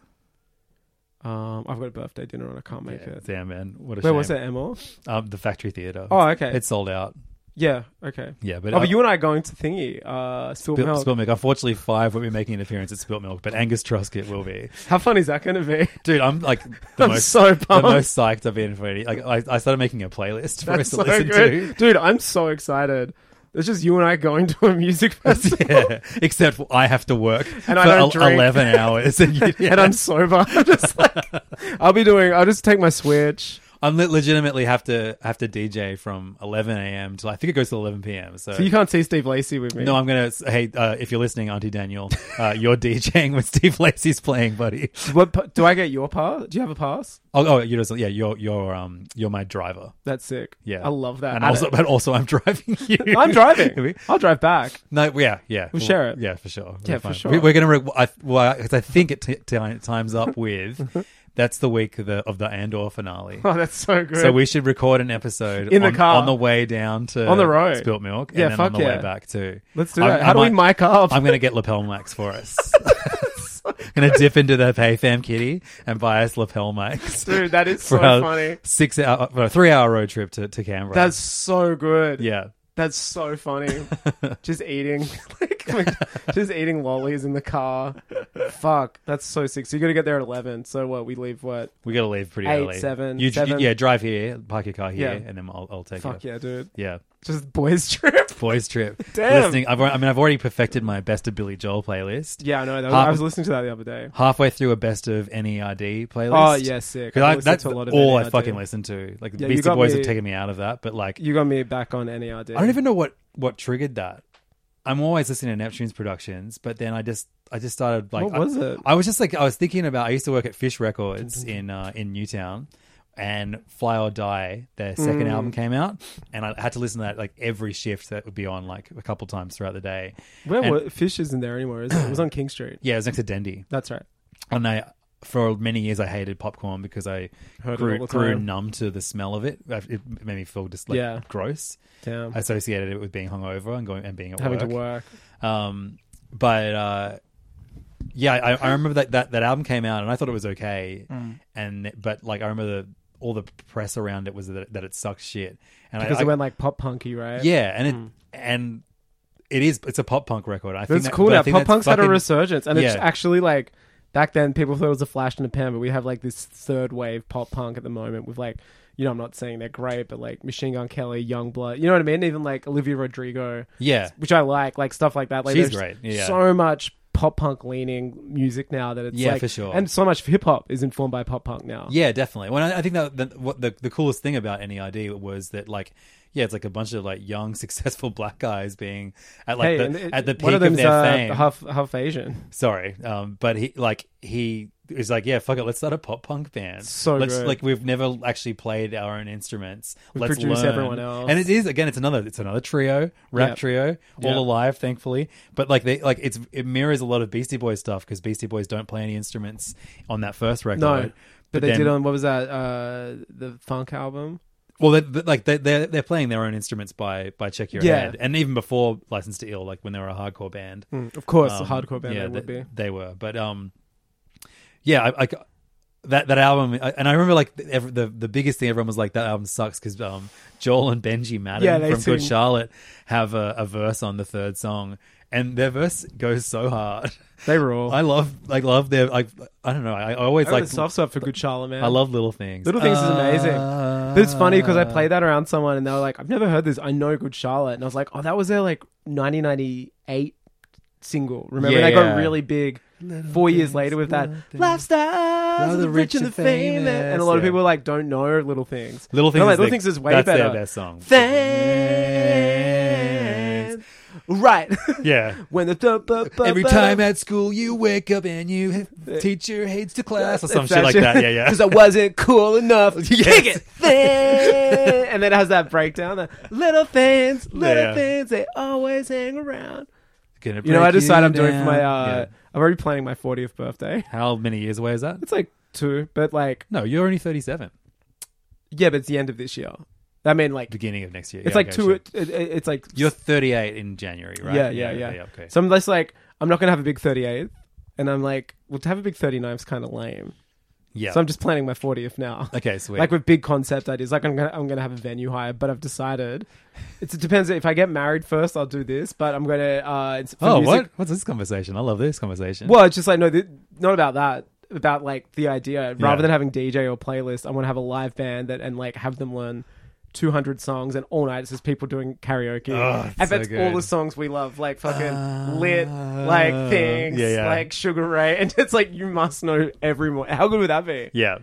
D: Um, I've got a birthday dinner and I can't make it.
E: Damn man, what a
D: Where
E: shame.
D: was it, Emma?
E: Um, the Factory Theatre.
D: Oh, okay.
E: It's sold out.
D: Yeah. Okay.
E: Yeah, but
D: oh, but
E: uh,
D: you and I are going to thingy. Uh, spilt
E: Spilt,
D: milk.
E: Spilt Milk. Unfortunately, Five won't be making an appearance at Spilt Milk, but Angus Truscott will be.
D: How fun is that gonna be?
E: Dude, I'm like the
D: I'm
E: most
D: so
E: the
D: pumped.
E: most psyched I've been for any. Like, I, I started making a playlist for
D: That's
E: us to
D: so
E: listen
D: good, dude. I'm so excited. It's just you and I going to a music festival,
E: to. yeah, except I have to work
D: And
E: for
D: I don't
E: el-
D: drink.
E: eleven hours, and, you,
D: and I'm sober. I'm just like, I'll be doing. I'll just take my switch.
E: I'm le- legitimately have to have to DJ from 11 a.m. till I think it goes to 11 p.m. So,
D: So you can't see Steve Lacey with me.
E: Uh, no, I'm gonna. s- Hey, uh, if you're listening, Auntie Daniel, uh, you're DJing when Steve Lacey's playing, buddy.
D: What pa- do I get your pass? Do you have a pass?
E: Oh, oh you're just, yeah, you're you're um you're my driver.
D: That's sick.
E: Yeah,
D: I love that.
E: And
D: Add
E: also,
D: it.
E: but also, I'm driving you.
D: I'm driving. I'll drive back.
E: No, yeah, yeah. We'll
D: share it.
E: Yeah, for sure.
D: Yeah,
E: We're
D: for
E: fine.
D: sure.
E: We, we're gonna because I, well, I, 'cause I think it t- ti- times up with that's the week of the of the Andor finale.
D: Oh, that's so good.
E: So we should record an episode
D: In the
E: on,
D: car.
E: on the way down to
D: On the road.
E: Spilt Milk,
D: Yeah,
E: and then
D: fuck
E: on the
D: yeah.
E: way back too.
D: let's do
E: I-
D: that.
E: I
D: How do we
E: might-
D: mic up?
E: I'm gonna get lapel mics for us. gonna dip into the PayFam kitty and buy us lapel mics.
D: Dude, that is so
E: for our
D: funny.
E: Six hour, for a three hour road trip to, to Canberra.
D: That's so good.
E: yeah.
D: That's so funny. just eating, like, like, just eating lollies in the car. Fuck, that's so sick. So you got to get there at eleven. So what? We leave what?
E: We got to leave pretty
D: Eight,
E: early.
D: seven,
E: you,
D: seven.
E: yeah, drive here, park your car here,
D: Yeah.
E: and then I'll, I'll take
D: Fuck
E: it.
D: yeah, dude.
E: Yeah.
D: Just boys trip.
E: Boys trip.
D: Damn.
E: Listening, I've, al- I mean, I've already perfected my best of Billy Joel playlist.
D: Yeah, I know. That was,
E: Half-
D: I was listening to that the other day.
E: Halfway through a best of NERD playlist.
D: Oh yeah, sick.
E: Because
D: I've
E: I,
D: listened
E: that's
D: to a lot of
E: all I
D: NERD.
E: fucking listen to. Like,
D: Yeah, you
E: Beastie
D: got
E: Boys
D: me-
E: have taken me out of that, but like,
D: You got me back on E NERD.
E: I don't even know what, what triggered that. I'm always listening to Neptune's Productions, but then I just I just started like
D: What
E: I-
D: was it?
E: I was just like I was thinking about I used to work at Fish Records in uh, in Newtown and Fly or Die their second
D: Mm.
E: album came out and I had to listen to that like every shift that would be on like a couple times throughout the day.
D: Where
E: And-
D: were, Fish isn't there anymore, is it? It was on King Street.
E: Yeah, it was next to Dendy.
D: That's right.
E: and I for many years I hated popcorn because I
D: Heard it all
E: grew,
D: the
E: grew
D: time.
E: numb to the smell of it. I- It made me feel just like
D: Yeah.
E: gross.
D: Damn.
E: I associated it with being hungover and going and being at
D: Having
E: work.
D: to work.
E: Um, but uh, yeah, I, I remember that, that that album came out and I thought it was okay. And but like I remember the, all the press around it was that, that it sucked shit. And
D: Because
E: I,
D: it went like pop punky, right?
E: yeah, and it and it is it's a pop punk record. I think
D: That's
E: that-
D: cool
E: but I
D: now.
E: think
D: Pop
E: that's
D: punk's had a
E: fucking-
D: resurgence, and it's
E: Yeah.
D: actually like back then people thought it was a flash in the pan, but we have like this third wave pop punk at the moment with like you know I'm not saying they're great, but like Machine Gun Kelly, Youngblood, you know what I mean? Even like Olivia Rodrigo,
E: Yeah.
D: which I like, like stuff like that. Like
E: She's
D: there's
E: great, yeah.
D: So much pop punk leaning music now that it's
E: Yeah,
D: like-
E: for sure.
D: and so much hip hop is informed by pop punk now.
E: Yeah, definitely. When I, I think that, that what the, the coolest thing about NEID was that like yeah, it's like a bunch of like young successful black guys being at like
D: Hey,
E: the,
D: and it-
E: at the peak
D: one
E: of,
D: of them's
E: their
D: uh,
E: fame.
D: half half Asian.
E: Sorry, um, but he like he is like yeah, fuck it, let's start a pop punk band.
D: So
E: let's
D: good.
E: like we've never actually played our own instruments.
D: We
E: let's
D: produce
E: learn.
D: everyone else.
E: And it is again, it's another it's another trio, rap
D: Yep.
E: trio, all
D: Yep.
E: alive, thankfully. But like they like it's it mirrors a lot of Beastie Boys stuff because Beastie Boys don't play any instruments on that first record.
D: No. But, they
E: then-
D: did on what was that? Uh, the funk album.
E: Well, they, they, like they, they're they're playing their own instruments by by check your
D: Yeah. Hmm.
E: head, and even before License to Ill, like when they were a hardcore band,
D: Of course, a
E: um,
D: hardcore band
E: yeah,
D: they would
E: they,
D: be.
E: They were, but um, yeah, I, I, that that album, I- and I remember like the- every, the the biggest thing everyone was like that album sucks because um, Joel and Benji Madden
D: Yeah, they
E: from Good
D: sing-
E: Charlotte have a, a verse on the third song, and their verse goes so hard.
D: They rule.
E: I love like love their like I don't know. I, I always
D: I like
E: like
D: a Oh, soft spot for good Charlotte, man.
E: I love little things.
D: Little Things is amazing.
E: Uh,
D: But it's funny because I played that around someone and they were like, I've never heard this. I know Good Charlotte. And I was like, oh, that was their like 1998 single. Remember?
E: Yeah,
D: they got
E: yeah.
D: really big four years later with that lifestyles of the rich and the famous. And a lot of
E: yeah.
D: people like don't know Little Things.
E: Little
D: They're
E: Things,
D: like,
E: is
D: Little
E: their-
D: Things is way
E: that's
D: better.
E: Their best song.
D: Thanks. Right.
E: Yeah.
D: when the bu- bu- bu-
E: Every
D: bu-
E: time at school you wake up and you teacher hates the class or some
D: Eh. It's
E: shit like that. Yeah, yeah.
D: Because I wasn't cool enough. Kick it. Thing. and then it has that breakdown. The little things, little
E: Yeah.
D: things, they always hang around.
E: Gonna
D: You know, I
E: break
D: decide
E: you
D: I'm doing for my.
E: down.
D: uh I'm already planning my 40th birthday.
E: Yeah. How many years away is that?
D: It's like two, but like
E: No, you're only 37.
D: yeah, but it's the end of this year. I mean, like it's
E: Beginning of next year.
D: like
E: okay,
D: two.
E: sure.
D: It, it, it's like
E: You're 38 in January, right?
D: Yeah, yeah, yeah.
E: Okay, okay.
D: So I'm just like, I'm not gonna have a big 38th, and I'm like, well, to have a big 39 is kind of lame.
E: yeah.
D: So I'm just planning my 40th now.
E: okay, sweet.
D: like with big concept ideas. Like I'm gonna I'm gonna have a venue hire, but I've decided it's, it depends if I get married first, I'll do this. But I'm gonna uh, it's for
E: oh,
D: music-
E: what? What's this conversation? I love this conversation.
D: Well, it's just like no, th- not about that. About like the idea, rather
E: Yeah.
D: than having DJ or playlist, I want to have a live band that and like have them learn. 200 songs and all night it's just people doing karaoke
E: Oh, it's
D: and
E: so
D: that's all
E: good.
D: the songs we love like fucking
E: Ah.
D: lit like things
E: Yeah, yeah.
D: like sugar ray and it's like you must know every mo- how good would that be
E: Yeah.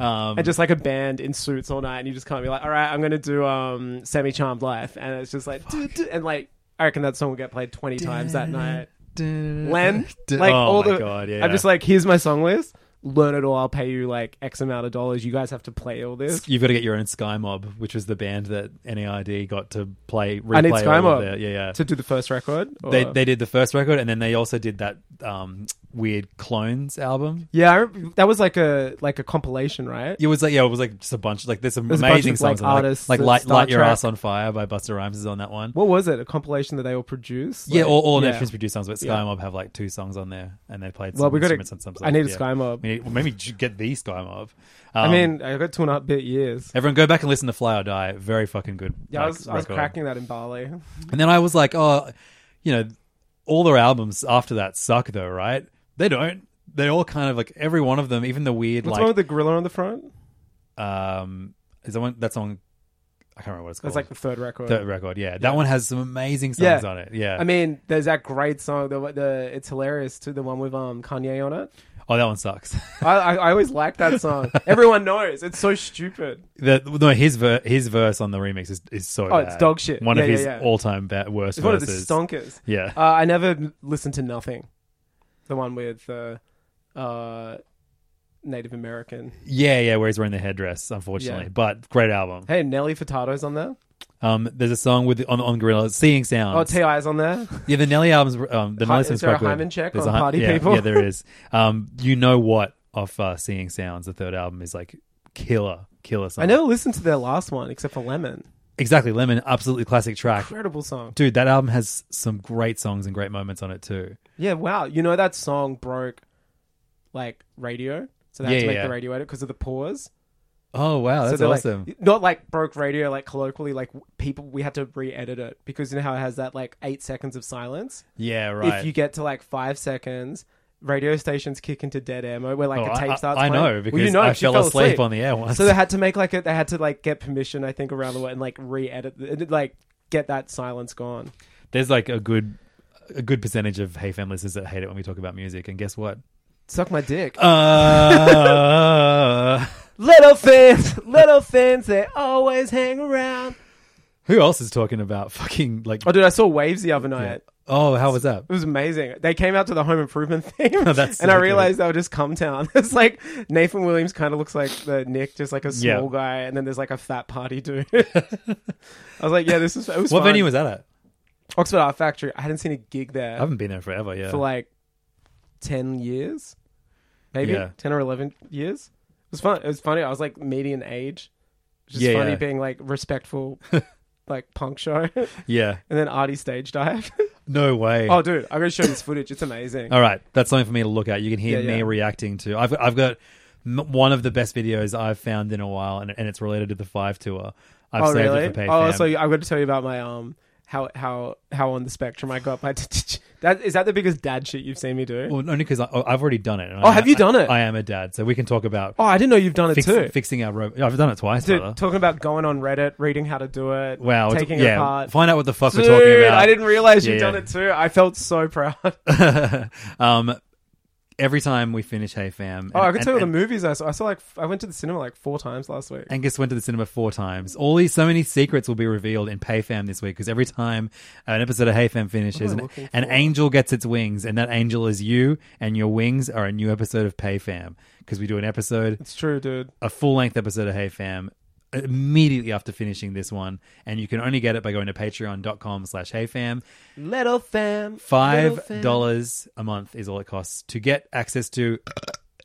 E: Um,
D: and just like a band in suits all night, and you just can't be like, all right, I'm gonna do um semi charmed life, and it's just like, "Doo, doo," and like I reckon that song will get played twenty times that night. Len,
E: Oh
D: like all
E: my
D: the,
E: God, yeah,
D: I'm
E: yeah.
D: just like, here's my song list. Learn it all. I'll pay you like X amount of dollars. You guys have to play all this.
E: You've got to get your own Sky Mob, which was the band that NAID got to play. Replay
D: I need
E: all of
D: SkyMob
E: their- Yeah, yeah.
D: to do the first record. or-
E: they they did the first record, and then they also did that um, weird clones album.
D: yeah, I rem- that was like a like a compilation, right?
E: It was like yeah, it was like just a bunch like there's some
D: There's a bunch
E: amazing
D: of, like,
E: songs, on it,
D: artists
E: like,
D: and
E: light
D: Star
E: light your
D: Trek.
E: ass on fire by Buster Rhymes is on that one.
D: What was it? A compilation that they all produced?
E: yeah,
D: Like-
E: all, all
D: yeah.
E: Neptune's produced songs, but Sky
D: Yeah.
E: Mob have like two songs on there, and they played.
D: Well,
E: some
D: we got
E: instruments and some
D: to. I
E: stuff,
D: need a
E: yeah.
D: Sky Mob.
E: We need- well, maybe j- get the Sky Mob.
D: I
E: Um,
D: mean, I got two and a half bit years.
E: everyone go back and listen to Fly or Die. Very fucking good.
D: Yeah, I
E: like,
D: was, I was
E: record.
D: cracking that in Bali.
E: And then I was like, oh, you know, all their albums after that suck though, right? They don't. They all kind of like every one of them, even the weird
D: What's
E: like
D: the one with the gorilla on the front?
E: um is that one that song I can't remember what it's called.
D: That's like the third record.
E: third record, yeah. That one has some amazing
D: Yeah.
E: songs on it. Yeah.
D: I mean, there's that great song. The, the it's hilarious too. The one with um Kanye on it.
E: oh, that one sucks.
D: I I, I always like that song. Everyone knows it's so stupid.
E: the, no, his ver- his verse on the remix is, is so
D: Oh, it's
E: bad.
D: dog shit.
E: One of
D: Yeah, yeah,
E: his
D: yeah.
E: all time ba- worst
D: It's one of the
E: verses.
D: stonkers.
E: yeah.
D: Uh, I never listened to nothing. The one with uh, uh Native American.
E: yeah, yeah, where he's wearing the headdress, unfortunately.
D: Yeah.
E: But great album.
D: Hey, Nelly Furtado's on there.
E: Um there's a song with on on Gorilla, Seeing Sounds.
D: Oh, Ti's on there.
E: Yeah, the Nelly albums. were- Um, the
D: Hi-
E: Nelly
D: is
E: songs
D: there a
E: quite good.
D: hymen check
E: There's
D: on
E: hy-
D: Party
E: yeah,
D: People?
E: Yeah, there is. Um, you know what? Off uh, Seeing Sounds, the third album is like killer, killer song.
D: I never listened to their last one except for Lemon.
E: exactly. Lemon, absolutely classic track.
D: Incredible song.
E: Dude, that album has some great songs and great moments on it too.
D: Yeah, wow. You know that song broke like radio, so they had
E: Yeah,
D: to make
E: yeah,
D: the
E: yeah.
D: radio edit because of the pause.
E: Oh wow, that's
D: so they're,
E: awesome.
D: Like, not like broke radio, like colloquially, like w- people. We had to re-edit it because you know how it has that like eight seconds of silence.
E: yeah, right.
D: If you get to like five seconds, radio stations kick into dead air mode where like
E: Oh,
D: a tape
E: I,
D: starts.
E: I, I
D: playing.
E: know because
D: well, you know,
E: I
D: she
E: fell, asleep, on the air once.
D: So they had to make like a, they had to like get permission, I think, around the world and like re-edit, the- and, like get that silence gone.
E: There's like a good, a good percentage of Hey Fam listeners that hate it when we talk about music, and guess what?
D: Suck my dick.
E: Uh,
D: Little fins, little fins, they always hang around.
E: who else is talking about fucking like?
D: Oh, dude, I saw Waves the other night.
E: Oh, how was that?
D: It was amazing. They came out to the Home Improvement theme,
E: Oh, that's
D: and
E: so
D: I
E: good.
D: realized they were just come town. It's like Nathan Williams kind of looks like the Nick, just like a small
E: Yeah.
D: guy, and then there's like a fat party dude. I was like, yeah, this is. It was
E: What
D: fun. Uh,
E: venue was that at?
D: Oxford Art Factory? I hadn't seen a gig there
E: I haven't been there forever. Yeah.
D: for like ten years, maybe
E: Yeah.
D: ten or eleven years. It was fun. It was funny. I was like median age, which is
E: Yeah,
D: funny
E: yeah.
D: being like respectful, like punk show, and
E: yeah.
D: then Artie stage dive.
E: No way.
D: oh, dude, I'm gonna show you this footage. It's amazing.
E: All right. That's something for me to look at. You can hear
D: Yeah,
E: me
D: yeah.
E: reacting to. I've I've got m- one of the best videos I've found in a while, and, and it's related to the Five Tour. I've
D: oh
E: saved
D: really?
E: it for PayFam.
D: oh, so I'm going to tell you about my um how how how on the spectrum I got my that is that the biggest dad shit you've seen me do?
E: well, only because I've already done it. and
D: Oh,
E: I-
D: have you done it?
E: I, I am a dad, so we can talk about
D: oh, I didn't know you've done it
E: fix-
D: too.
E: fixing our rope. I've done it twice.
D: Dude,
E: brother.
D: talking about going on Reddit, reading how to do it,
E: Wow, it's-
D: taking it
E: yeah,
D: apart.
E: find out what the fuck
D: Dude,
E: we're talking about.
D: I didn't realize
E: Yeah,
D: you'd done
E: yeah.
D: it too. I felt so proud. oh,
E: um, every time we finish Hey Fam,
D: Oh, I
E: and-
D: could tell you
E: and-
D: the movies I saw. I saw like f- I went to the cinema like four times last week.
E: Angus went to the cinema four times. All these, so many secrets will be revealed in PayFam this week because every time an episode of HeyFam finishes, an, an angel gets its wings, and that angel is you, and your wings are a new episode of PayFam because we do an episode,
D: It's true, dude.
E: a full length episode of HeyFam immediately after finishing this one, and you can only get it by going to Patreon.com/slash HeyFam.
D: Little fam,
E: Five dollars a month is all it costs to get access to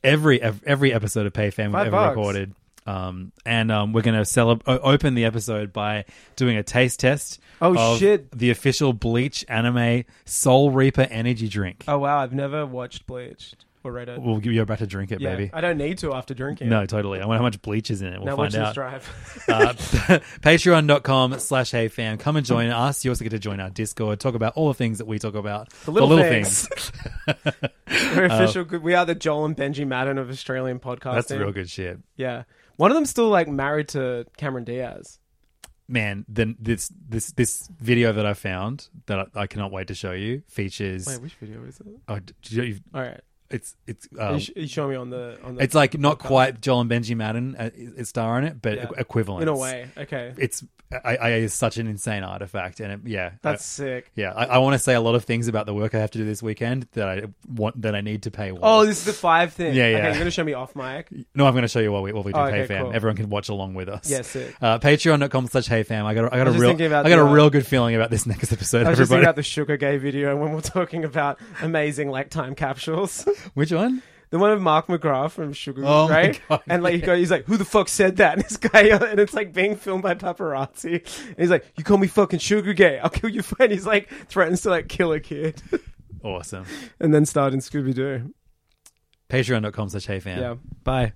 E: every ev- every episode of PayFam we've
D: Five
E: ever
D: bucks.
E: recorded. Um, and um, we're gonna celeb- o- open the episode by doing a taste test.
D: Oh,
E: of
D: shit.
E: The official Bleach anime Soul Reaper energy drink.
D: Oh wow, I've never watched Bleach or read it.
E: We'll give you about to drink it,
D: yeah,
E: baby.
D: I don't need to after drinking.
E: No, totally. I wonder how much bleach is in it. We'll
D: now watch
E: find
D: this drive.
E: out. uh, patreon.com slash heyfam come and join us you also get to join our discord talk about all the things that we talk about the
D: little things. We're official. good. We are the Joel and Benji Madden of Australian podcasting.
E: Uh, that's real good shit
D: Yeah, one of them's still like married to Cameron Diaz.
E: man then this this this video that i found that i, I cannot wait to show you features
D: Wait, which video is it?
E: oh, d- do you-
D: All right,
E: it's it's
D: you,
E: uh,
D: sh- you show me on the on the.
E: it's like not quite joel and benji madden uh, is star in it but
D: Yeah.
E: equivalent
D: in a way. Okay,
E: it's I, I is such an insane artifact and it, yeah
D: that's
E: I-
D: sick.
E: yeah, I, I want to say a lot of things about the work I have to do this weekend that I want that I need to pay.
D: Oh,
E: while-
D: this is the five thing.
E: Yeah,
D: Okay,
E: yeah.
D: you're gonna show me off mic.
E: No, I'm going to show you what we what we do.
D: Oh,
E: hey
D: okay,
E: fam,
D: cool.
E: everyone can watch along with us.
D: Yeah, sick.
E: Uh, Patreon.com slash hey fam. I got a, I got a
D: was just
E: real
D: thinking about
E: I got
D: the,
E: a
D: uh,
E: real good feeling about this next episode.
D: I was just thinking
E: Everybody,
D: about the Sugar Gay video when we're talking about amazing like time capsules.
E: which one?
D: The one of Mark McGrath from Sugar,
E: Oh my
D: right?
E: God,
D: and like he goes, he's like, "Who the fuck said that?" And this guy, and it's like being filmed by paparazzi. And he's like, "You call me fucking Sugar Gay? I'll kill you." And he's like, threatens to like kill a kid,
E: Awesome.
D: and then start in Scooby Doo.
E: Patreon.com slash hey fam.
D: Yeah.
E: Bye.